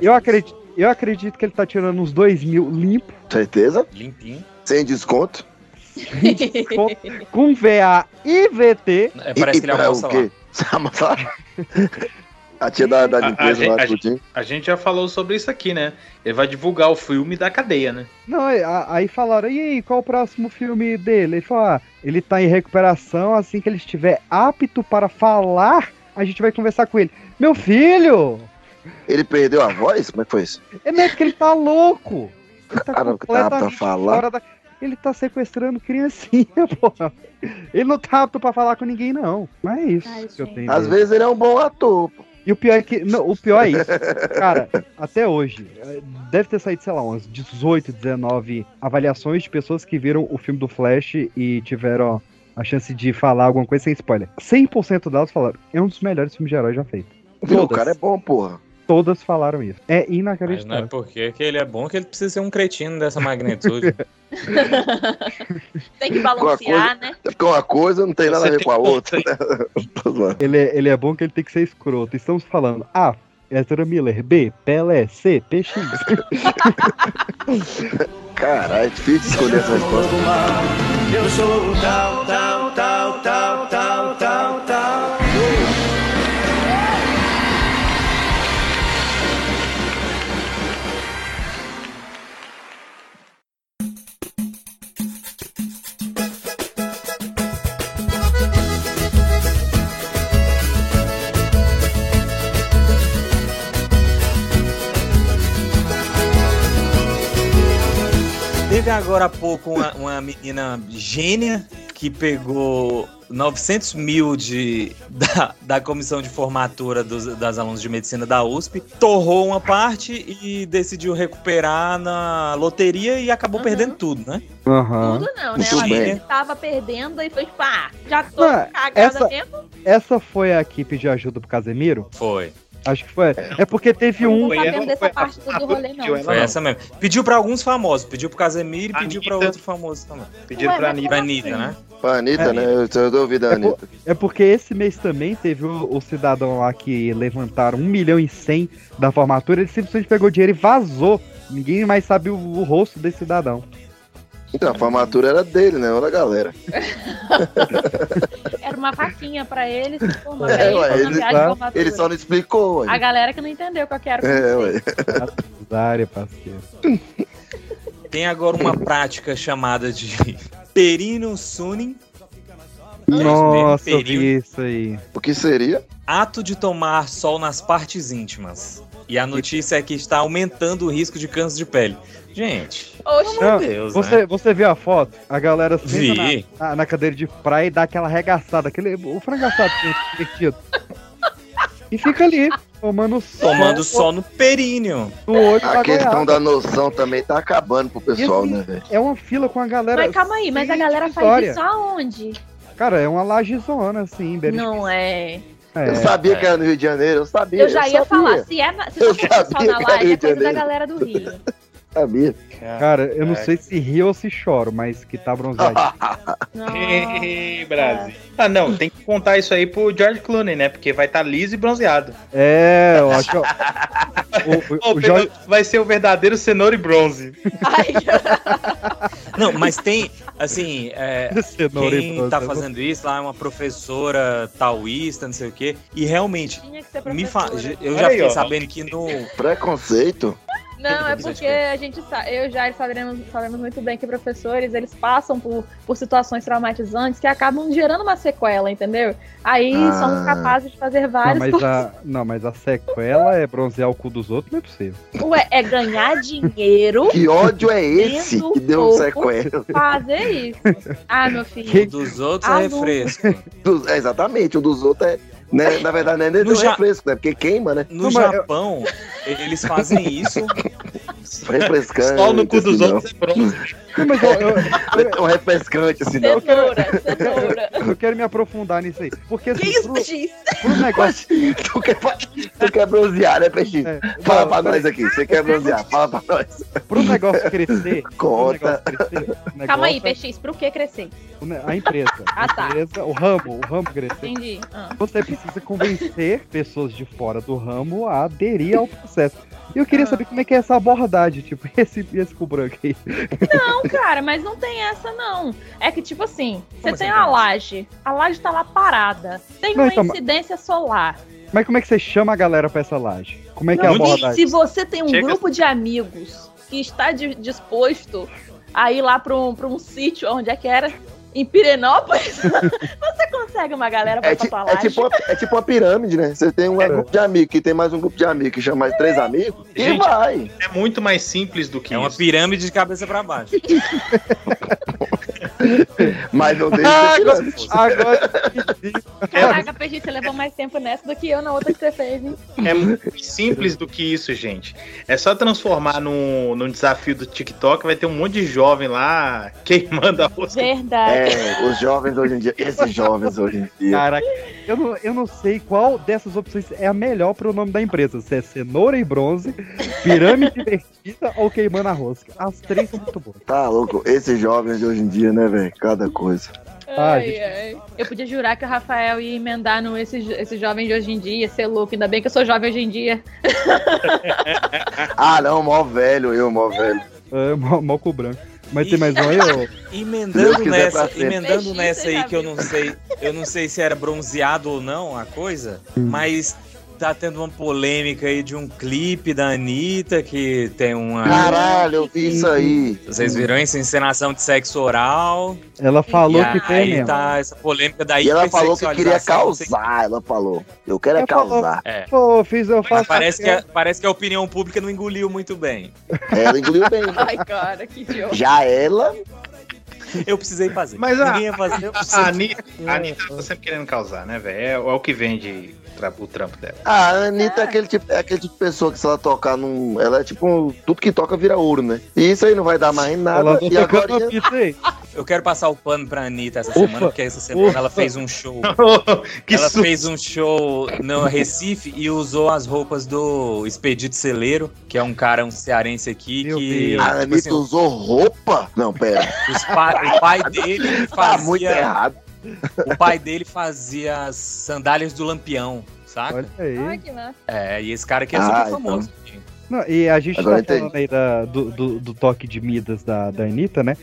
Eu acredito, eu acredito que ele tá tirando uns 2 mil limpo, Certeza? Limpinho. Sem desconto? com, com VA e VT. É, parece E que ele pra almoça o quê? Você almoça lá? A tia da, da A- a limpeza gente- lá, a gente- tudinho. A gente já falou sobre isso aqui, né? Ele vai divulgar o filme da cadeia, né? Não, aí- a- aí falaram, e aí, qual o próximo filme dele? Ele falou, ah, ele tá em recuperação, assim que ele estiver apto para falar, a gente vai conversar com ele. Meu filho! Ele perdeu a voz? Como é que foi isso? É mesmo que ele tá louco! Ele tá Caramba, que tá pra completamente falar. fora da- Ele tá sequestrando criancinha, porra. Ele não tá apto pra falar com ninguém, não. Mas é isso que eu tenho. Às dele. vezes ele é um bom ator. pô. E o pior é que. Não, o pior é isso. Cara, até hoje, eh, deve ter saído, sei lá, umas 18, 19 avaliações de pessoas que viram o filme do Flash e tiveram a chance de falar alguma coisa sem spoiler. 100% delas falaram: é um dos melhores filmes de herói já feito. Pô, o cara é bom, porra. Todas falaram isso. É Mas não é inacreditável. porque que ele é bom que ele precisa ser um cretino dessa magnitude. Tem que Qualquer balancear, né? Porque uma coisa não tem nada a ver com a outra. Tô zoando. Ele, é, ele é bom que ele tem que ser escroto. Estamos falando: A. Ezra Miller, B. Pelé, C. PX. Caralho, é difícil escolher essa resposta. Eu sou o tal, tal, tal, tal, tal, tal, tal. Teve agora há pouco uma, uma menina gênia que pegou 900 mil de, da, da comissão de formatura dos, das alunos de medicina da USP, torrou uma parte e decidiu recuperar na loteria e acabou perdendo tudo, né? Aham. Tudo não, né? Tudo Ela bem. que tava perdendo e foi tipo, ah, já tô Não, cagada essa- mesmo. tá Essa foi a que pediu ajuda pro Casemiro? Foi. Acho que foi. É porque teve um. Não sabemos dessa parte do rolê, não. Foi essa mesmo. Pediu pra alguns famosos. Pediu pro Casemiro e pediu pra outro famoso também. Pediram Ué, pra mas Anitta. Pra Anitta, né? Pra Anitta, É. né? Eu, eu duvido da É, por- Anitta. é porque esse mês também teve o, o cidadão lá que levantaram 1 milhão e 100 da formatura, ele simplesmente pegou o dinheiro e vazou. Ninguém mais sabe o, o rosto desse cidadão. Então, a formatura era dele, né? Olha a galera. Era uma vaquinha pra eles. pô, uma É, viagem, uma ué, ele, viagem só- de formatura. ele só não explicou. A Ué. galera que não entendeu o que eu quero. É, ué. Área, parceiro. Tem agora uma prática chamada de perino suning. Nossa, eu Período. vi isso aí. O que seria? Ato de tomar sol nas partes íntimas. E a notícia é que está aumentando o risco de câncer de pele. Gente, Oxi. Meu Deus, você, né? você viu a foto? A galera senta Vi. na, na- na cadeira de praia e dá aquela arregaçada, aquele, o frango assado que é divertido. E fica ali, tomando sol. É, tomando sol no períneo. Do olho pra A questão goiaba. da noção também tá acabando pro pessoal, né, velho? É uma fila com a galera. Mas calma aí, mas a galera faz Vitória. isso aonde? Cara, é uma lajezona, assim, Beres. Não é. É, Eu sabia é. que era no Rio de Janeiro, eu sabia. Eu já ia sabia, falar, se é na, se Eu tá fazendo sol sabia na que era laje, Rio é de coisa da Janeiro. galera do Rio. Sabia. Cara, eu É. não sei se rio ou se choro, mas que tá bronzeado. Ei, Brasil. Ah, não, tem que contar isso aí pro George Clooney, né? Porque vai estar liso e bronzeado. é, eu acho. O, o- Ô, o Jorge- Vai ser o verdadeiro cenoura e bronze. Não, mas tem, assim, é, Cenoura e quem bronze, tá eu não- fazendo isso lá é uma professora taoísta, não sei o quê. E realmente, Tinha que ser me professora. fa- eu já Olha aí, fiquei ó. sabendo que no... Preconceito? Não, é porque a gente sabe, eu já sabemos, sabemos muito bem que professores, eles passam por, por situações traumatizantes que acabam gerando uma sequela, entendeu? Aí Ah. somos capazes de fazer Não vários. mas, a, não, mas a sequela é bronzear o cu dos outros, não é possível. Ué, é ganhar dinheiro. Que ódio é esse Vendo que deu pouco. sequela? Fazer isso. Ah, meu filho. O dos outros é Aluno. refresco. Do- é, exatamente, o dos outros é. né, na verdade, não é nem No do Ja- refresco, né? Porque queima, né? No Japão, eles fazem isso. Refrescante. Sol no cu dos assim, outros é bronze. Não, mas eu, eu- não. É tão refrescante assim, não. Cenoura, cenoura. eu quero me aprofundar nisso aí. Porque assim, pro, Giz? pro negócio. Tu quer, fa- tu quer bronzear, né, Peixinho? É, Fala não, pra peraí. nós aqui, você quer bronzear? Fala pra nós. Pro negócio crescer. pro Conta. negócio crescer, o Calma aí, negócio- é- PX, pro que crescer? o ne- A empresa. Ah, tá. A empresa, o ramo, o ramo crescer. Entendi. Ah. Você precisa convencer pessoas de fora do ramo a aderir ao processo. E eu queria saber como é que é essa abordagem, tipo, esse, esse cu branco aí. Não, cara, mas não tem essa, não. É que, tipo assim, você assim, tem cara? a laje, a laje tá lá parada. Tem Não, uma então, mas- incidência solar. Mas como é que você chama a galera pra essa laje? Como é que é a Não, se- abordagem? se você tem um Chega- grupo de amigos que está di- disposto a ir lá pra um, pra um sítio, onde é que era? Em Pirenópolis, você consegue uma galera pra É, é, ti- tua é laje. tipo uma, é tipo uma pirâmide, né? Você tem É. um grupo de amigos, que tem mais um grupo de amigos, que chama mais três amigos, e Gente. vai. É muito mais simples do que É uma isso. pirâmide de cabeça pra baixo. Mas não deixa Ah, de ser pirâmide. Agora, Caraca, PG, você levou mais tempo nessa do que eu na outra que você fez, hein? É muito mais simples do que isso, gente. É só transformar num, num desafio do TikTok, vai ter um monte de jovem lá queimando a rosca. Verdade. É, os jovens hoje em dia, esses jovens hoje em dia. caraca, eu não, eu não sei qual dessas opções é a melhor pro nome da empresa. Se é cenoura e bronze, pirâmide invertida ou queimando a rosca. As três são muito boas. Tá louco, esses jovens de hoje em dia, né, velho? Cada coisa. Ah, Ai, gente. ai. Eu podia jurar que o Rafael ia emendar no esse, jo- esse jovem de hoje em dia, ser louco. Ainda bem que eu sou jovem hoje em dia. Ah, não, mó velho, eu, mó velho. É, mó, mó cu branco. Mas tem mais um aí, ô? Deus Emendando quiser pra nessa, sempre. emendando Peixinho, nessa você aí já que eu viu. não sei, eu não sei se era bronzeado ou não a coisa, Hum. mas tá tendo uma polêmica aí de um clipe da Anitta que tem uma Caralho, eu vi isso aí. vocês viram essa encenação de sexo oral? Ela falou e aí que tem mesmo. tá essa polêmica da E ela falou que queria hipersexualização, não sei o causar, ela falou. Eu quero é Ela falou. causar. quê. É. Pô, fiz, eu Mas faço. Parece que, a, parece que a opinião pública não engoliu muito bem. Ela engoliu bem. Ai, cara, que idiota. Já é, ela, Eu precisei fazer. Mas a- Ninguém ia fazer. eu precisei. A Anitta, a Anitta tá sempre querendo causar, né, velho? É, é o que vende tra- o trampo dela. a Anitta é. aquele tipo, é aquele tipo de pessoa que se ela tocar num. Ela é tipo, tudo que toca vira ouro, né? E isso aí não vai dar mais em nada. Ela tá não E tocou agora na pizza aí. Eu quero passar o pano pra Anitta essa semana, porque essa semana ela fez um show. Que ela susto. fez um show no Recife e usou as roupas do Expedito Celeiro, que é um cara, um cearense aqui, que. tipo Ah, assim, tipo A Anitta assim, usou roupa? Não, pera. os pa- o pai dele fazia. Tá muito errado. O pai dele fazia as sandálias do Lampião, saca? Ai, que massa. É, e esse cara aqui é Ah, super então. famoso. Não, e a gente Agora tá falando aí da- do, do- do toque de Midas da, da Anitta, né?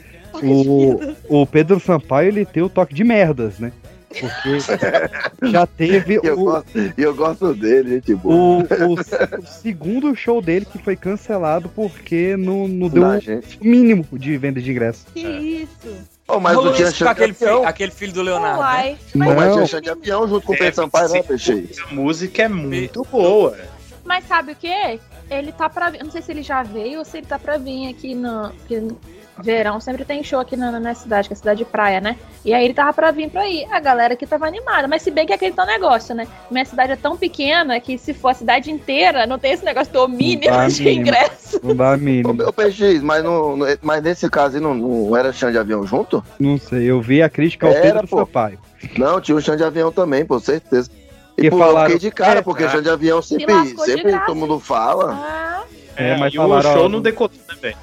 O, o Pedro Sampaio, ele tem o toque de merdas, né? Porque já teve E eu, o, gosto, e eu gosto dele, gente o, boa. o se- o segundo show dele que foi cancelado porque não, não deu Dá, o mínimo de venda de ingresso. Que isso? Ô, mas Rolou não tinha isso com chance de aquele, avião. fi- aquele filho do Leonardo. né? Uai. Não, Não. mas tinha chance de avião junto com o Pedro Sampaio, né, Peixe? A música é muito boa. Mas sabe o que? Ele tá pra vir. Não sei se ele já veio ou se ele tá pra vir aqui no. porque no verão sempre tem show aqui na, na minha cidade, que é cidade de praia, né? E aí ele tava pra vir pra aí. A galera aqui tava animada. Mas se bem que é aquele tão negócio, né? Minha cidade é tão pequena que se for a cidade inteira, não tem esse negócio do mínimo dá de mínimo. ingresso. Não dá a Ô, mínima. ô, Peixe, mas, não, não- mas nesse caso aí não, não era chance de avião junto? Não sei, eu vi a crítica ao Era, Pedro pô. Sampaio. Não, tinha o chão de avião também, pô, certeza. E Que pô, falaram- eu fiquei de cara, É, porque tá. chão de avião sempre, Se lascou de sempre graça, todo mundo fala. Ah, É, mas e falaram- o show não né, decolou também.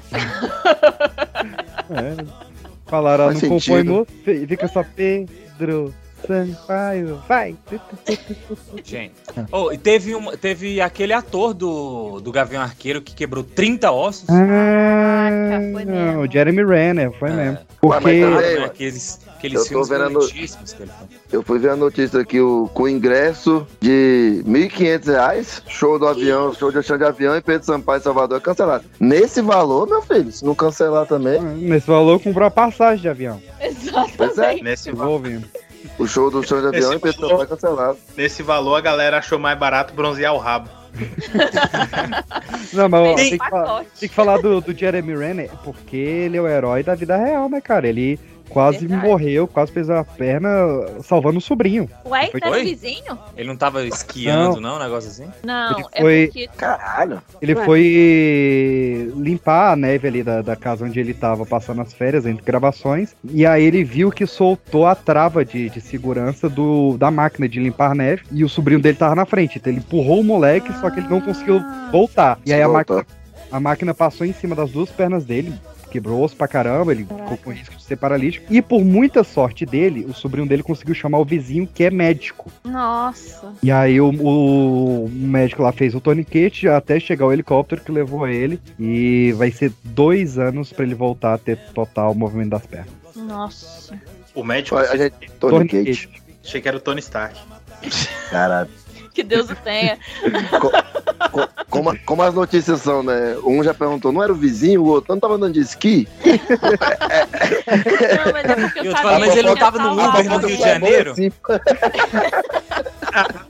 É. Falaram, Faz não compõe sentido. música, fica só Pedro Sampaio, vai. Gente. Oh, e teve, uma, teve aquele ator do, do Gavião Arqueiro que quebrou 30 ossos. Ah, foi não, o Jeremy Renner, foi mesmo. É. Ah, mas Porque também, né? Aqueles, Eu aqueles tô filmes vendo a no- violentíssimos que ele faz. Eu fui ver a notícia aqui, o, com ingresso de R$ 1.500, show do avião, show de chão de avião e Pedro Sampaio e Salvador é cancelado. Nesse valor, meu filho, se não cancelar também, nesse valor comprou a passagem de avião. pois é, exatamente. Nesse, va- Vou ouvindo. o show do chão de avião Esse e Pedro valor- Sampaio é cancelado. nesse valor a galera achou mais barato bronzear o rabo. Não, mas ó, Tem- tem que falar, tem que falar do, do Jeremy Renner, porque ele é o herói da vida real, né, cara? Ele quase Verdade. morreu, quase fez a perna salvando o sobrinho. Ué, Foi- tá Oi? vizinho? Ele não tava esquiando, não, um negócio assim? Não, Ele é foi- porque. Caralho. Ele Ué. foi limpar a neve ali da, da casa onde ele tava passando as férias, entre gravações. E aí ele viu que soltou a trava de, de segurança do, da máquina de limpar a neve. E o sobrinho dele tava na frente. Então ele empurrou o moleque, só que ele não conseguiu voltar. E aí a Voltar. máquina, a máquina passou em cima das duas pernas dele. Quebrou osso pra caramba, ele ficou com risco de ser paralítico. E por muita sorte dele, o sobrinho dele conseguiu chamar o vizinho, que é médico. Nossa. E aí o, o médico lá fez o tourniquet até chegar o helicóptero que levou ele. E vai ser dois anos pra ele voltar a ter total movimento das pernas. Nossa. O médico Olha, A gente... Tony Kate. Tourniquet. achei que era o Tony Stark. Caralho. Que Deus o tenha. Co- Como, a- como as notícias são, né? Um já perguntou, não era o vizinho, o outro não tava andando de esqui? Não, mas é porque eu, Eu sabia falo, mas que ele não ia tava no salvar Ah, Uber, no alguém. Rio de Janeiro? Assim,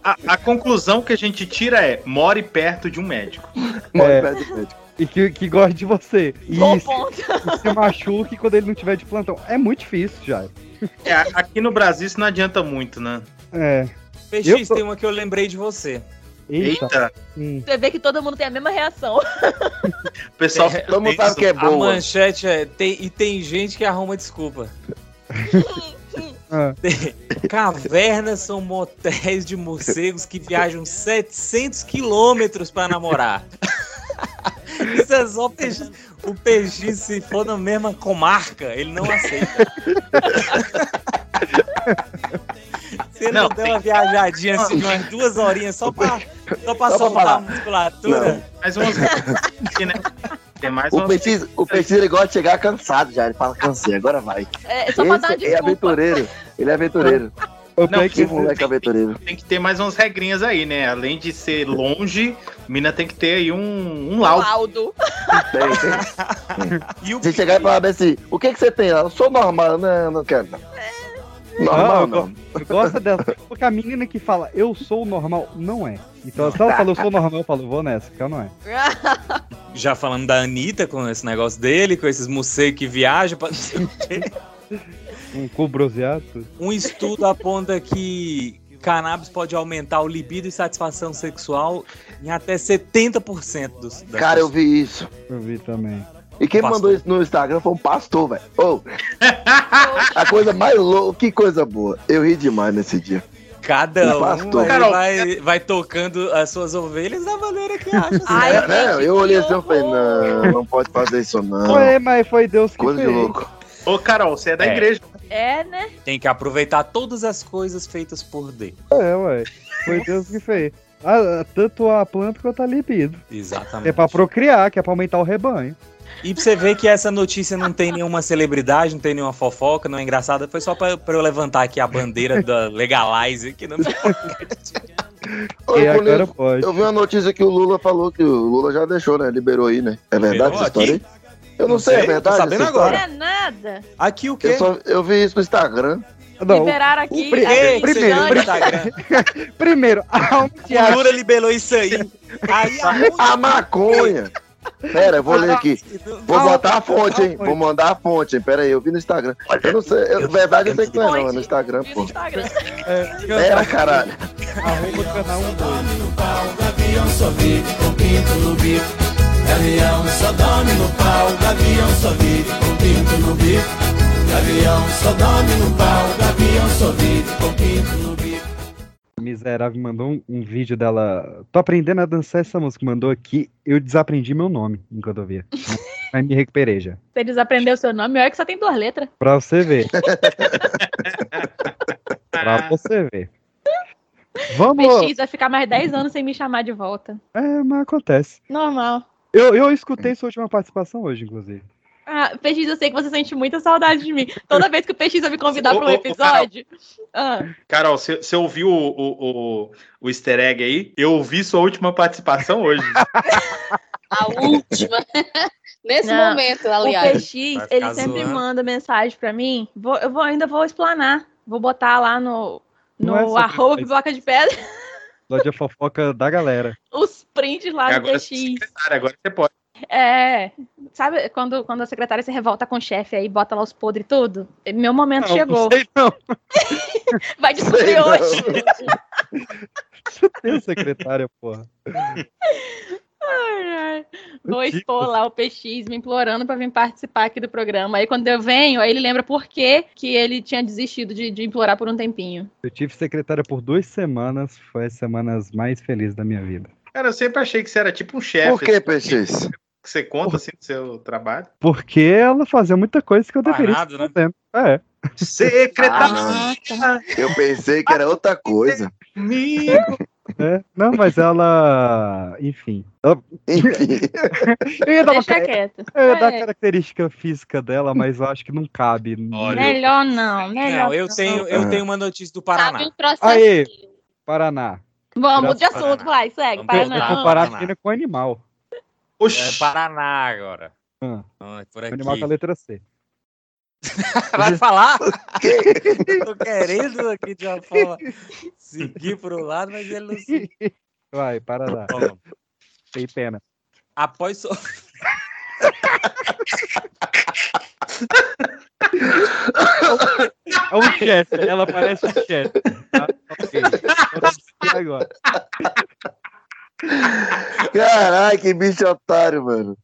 A, a conclusão que a gente tira é: more perto de um médico. mora É. perto do médico. E que, que gosta de você. E Bom se, ponto. e se machuque quando ele não tiver de plantão. É muito difícil, já. É, a- aqui no Brasil isso não adianta muito, né? É. PX, Eu tô- tem uma que eu lembrei de você. Eita. Eita, Hum. Você vê que todo mundo tem a mesma reação. o pessoal É, fica Todo mundo sabe tenso. que é A boa. manchete é. tem- e tem gente que arruma desculpa. Ah, Cavernas são motéis de morcegos que viajam 700 quilômetros pra namorar. Isso é só o PX. O PX, se for na mesma comarca, ele não aceita. Se ele não, Não, der tem- uma viajadinha assim de umas duas horinhas só pra, só pra Só pra soltar falar. a musculatura. Mais umas. Aqui, né? Tem mais O umas. Peixe, assim. o Peixe, ele gosta de chegar cansado já. Ele fala, cansei, agora vai. É, só pra dar uma Esse é desculpa. aventureiro. Ele é aventureiro. o pior Não, é Que que moleque aventureiro. Tem que ter mais umas regrinhas aí, né? Além de ser longe, mina tem que ter aí um, um laudo. Laudo. Tem, tem. E o Se chegar e falar bem assim, o que, que você tem? Eu sou normal, não, não quero. Não. É. Ah, Normal Não, não. gosta dela. Porque a menina que fala eu sou normal, não é. Então, se ela fala eu sou normal, eu falo, vou nessa, porque ela não é. Já falando da Anitta com esse negócio dele, com esses morcegos que viajam. pra- Um cu bronzeado, tudo. Um estudo aponta que cannabis pode aumentar o libido e satisfação sexual em até 70% dos. das Cara, eu pessoas. vi isso. Eu vi também. E quem Pastor. mandou isso no Instagram foi um pastor, velho. Ô, A coisa mais louca, que coisa boa. Eu ri demais nesse dia. Cada um Bastou. aí Carol, vai, vai tocando as suas ovelhas da maneira que acha. É, né? eu olhei assim e falei, não, não pode fazer isso não. Foi, mas foi Deus que Coisa de fez. louco. Ô, Carol, você é da É. igreja. É, né? Tem que aproveitar todas as coisas feitas por Deus. É, ué. Foi Deus que fez. Ah, tanto a planta quanto a libido. Exatamente. É pra procriar, que é pra aumentar o rebanho. E pra você ver que essa notícia não tem nenhuma celebridade, não tem nenhuma fofoca, não é engraçada. Foi só pra, pra eu levantar aqui a bandeira da Legalize, que não Ô, E Bruno, agora pode. Eu vi uma notícia que o Lula falou que o Lula já deixou, né? Liberou aí, né? É verdade Liberou essa história aqui? aí? Eu não, sei, é sei, tô verdade. sabendo essa agora. história? É nada. Aqui o quê? Eu, só- eu vi isso no Instagram. Liberaram aqui. pri- a primeiro, Cristiane. primeiro. Primeiro, aonde O Lula acha? libelou isso aí. Aí A maconha. Pera, eu vou ler aqui. Vou Ah, botar a fonte, hein? Vou mandar a fonte, hein? Pera aí, eu vi no Instagram. Eu não sei, eu, verdade eu sei que não é não, é no Instagram, pô. Pera, caralho. Arroba canal 1 Gavião só vive com pinto no bico. Gavião só dorme no pau. Gavião só vive com pinto no bico. Gavião só dorme no pau. Gavião só vive com pinto no bico. Miserável mandou um, um vídeo dela. Tô aprendendo a dançar essa música. Mandou aqui. Eu desaprendi meu nome enquanto eu via. Mas me recuperei já. Você desaprendeu seu nome, olha que só tem duas letras. Pra você ver. né? Ah. pra você ver. Vamos. PX vai ficar mais 10 anos sem me chamar de volta. É, mas acontece. Normal. Eu, eu escutei sua última participação hoje, inclusive. Ah, PX, eu sei que você sente muita saudade de mim. Toda vez que o PX vai me convidar Ô, para um ô, ô, episódio. Ah, Carol, você você ouviu o, o, o, o easter egg aí? Eu ouvi sua última participação hoje. A última. Nesse Não, momento, o aliás. PX, Vai ficar ele sempre zoando. manda mensagem pra mim. Vou- eu vou, ainda vou explanar. Vou botar lá no, Não é no sobre arroba isso. pipoca de pedra Hoje a fofoca da galera. os prints lá É, do agora PX. você é secretária, agora você pode. É. Sabe quando, quando a secretária se revolta com o chefe aí, bota lá os podres e tudo? Meu momento Não, chegou. Não sei não. Vai descobrir Sei não. hoje. Tem secretária, porra. Ai, ai. Vou Ridículo. expor lá o PX me implorando pra vir participar aqui do programa. Aí quando eu venho, aí ele lembra por que que ele tinha desistido de, de implorar por um tempinho. Eu tive secretária por duas semanas. Foi as semanas mais felizes da minha vida. Cara, eu sempre achei que você era tipo um chefe. Por que, assim, PX? que você conta assim do seu trabalho? Porque ela fazia muita coisa que eu deveria Parado, né? estar fazendo. É. Secretária! Eu pensei que era outra coisa. Amigo! é. Não, mas ela. Enfim. Ela... Enfim. Eu ia dar uma Deixa quieto. Eu ia dar a É. característica física dela, mas eu acho que não cabe. Olha. Melhor não, melhor. Não, eu tenho, eu tenho uma notícia do Sabe Paraná. o processo. Aê, Paraná. Vamos de Graças a assunto, Deus. vai, segue. Vamos Para Eu voltar. não. vou parar Paraná. a menina com animal. É Oxi! Paraná agora. Ah. Ah, é por O aqui. Animal com a letra C. Vai falar? Tô querendo aqui de uma forma seguir pro lado, mas ele não se. Vai, Paraná. Bom, Tem pena. após so- É um chefe. Ela parece um chefe. Tá? Ok. Vou assistir agora. Caralho, que bicho otário, mano.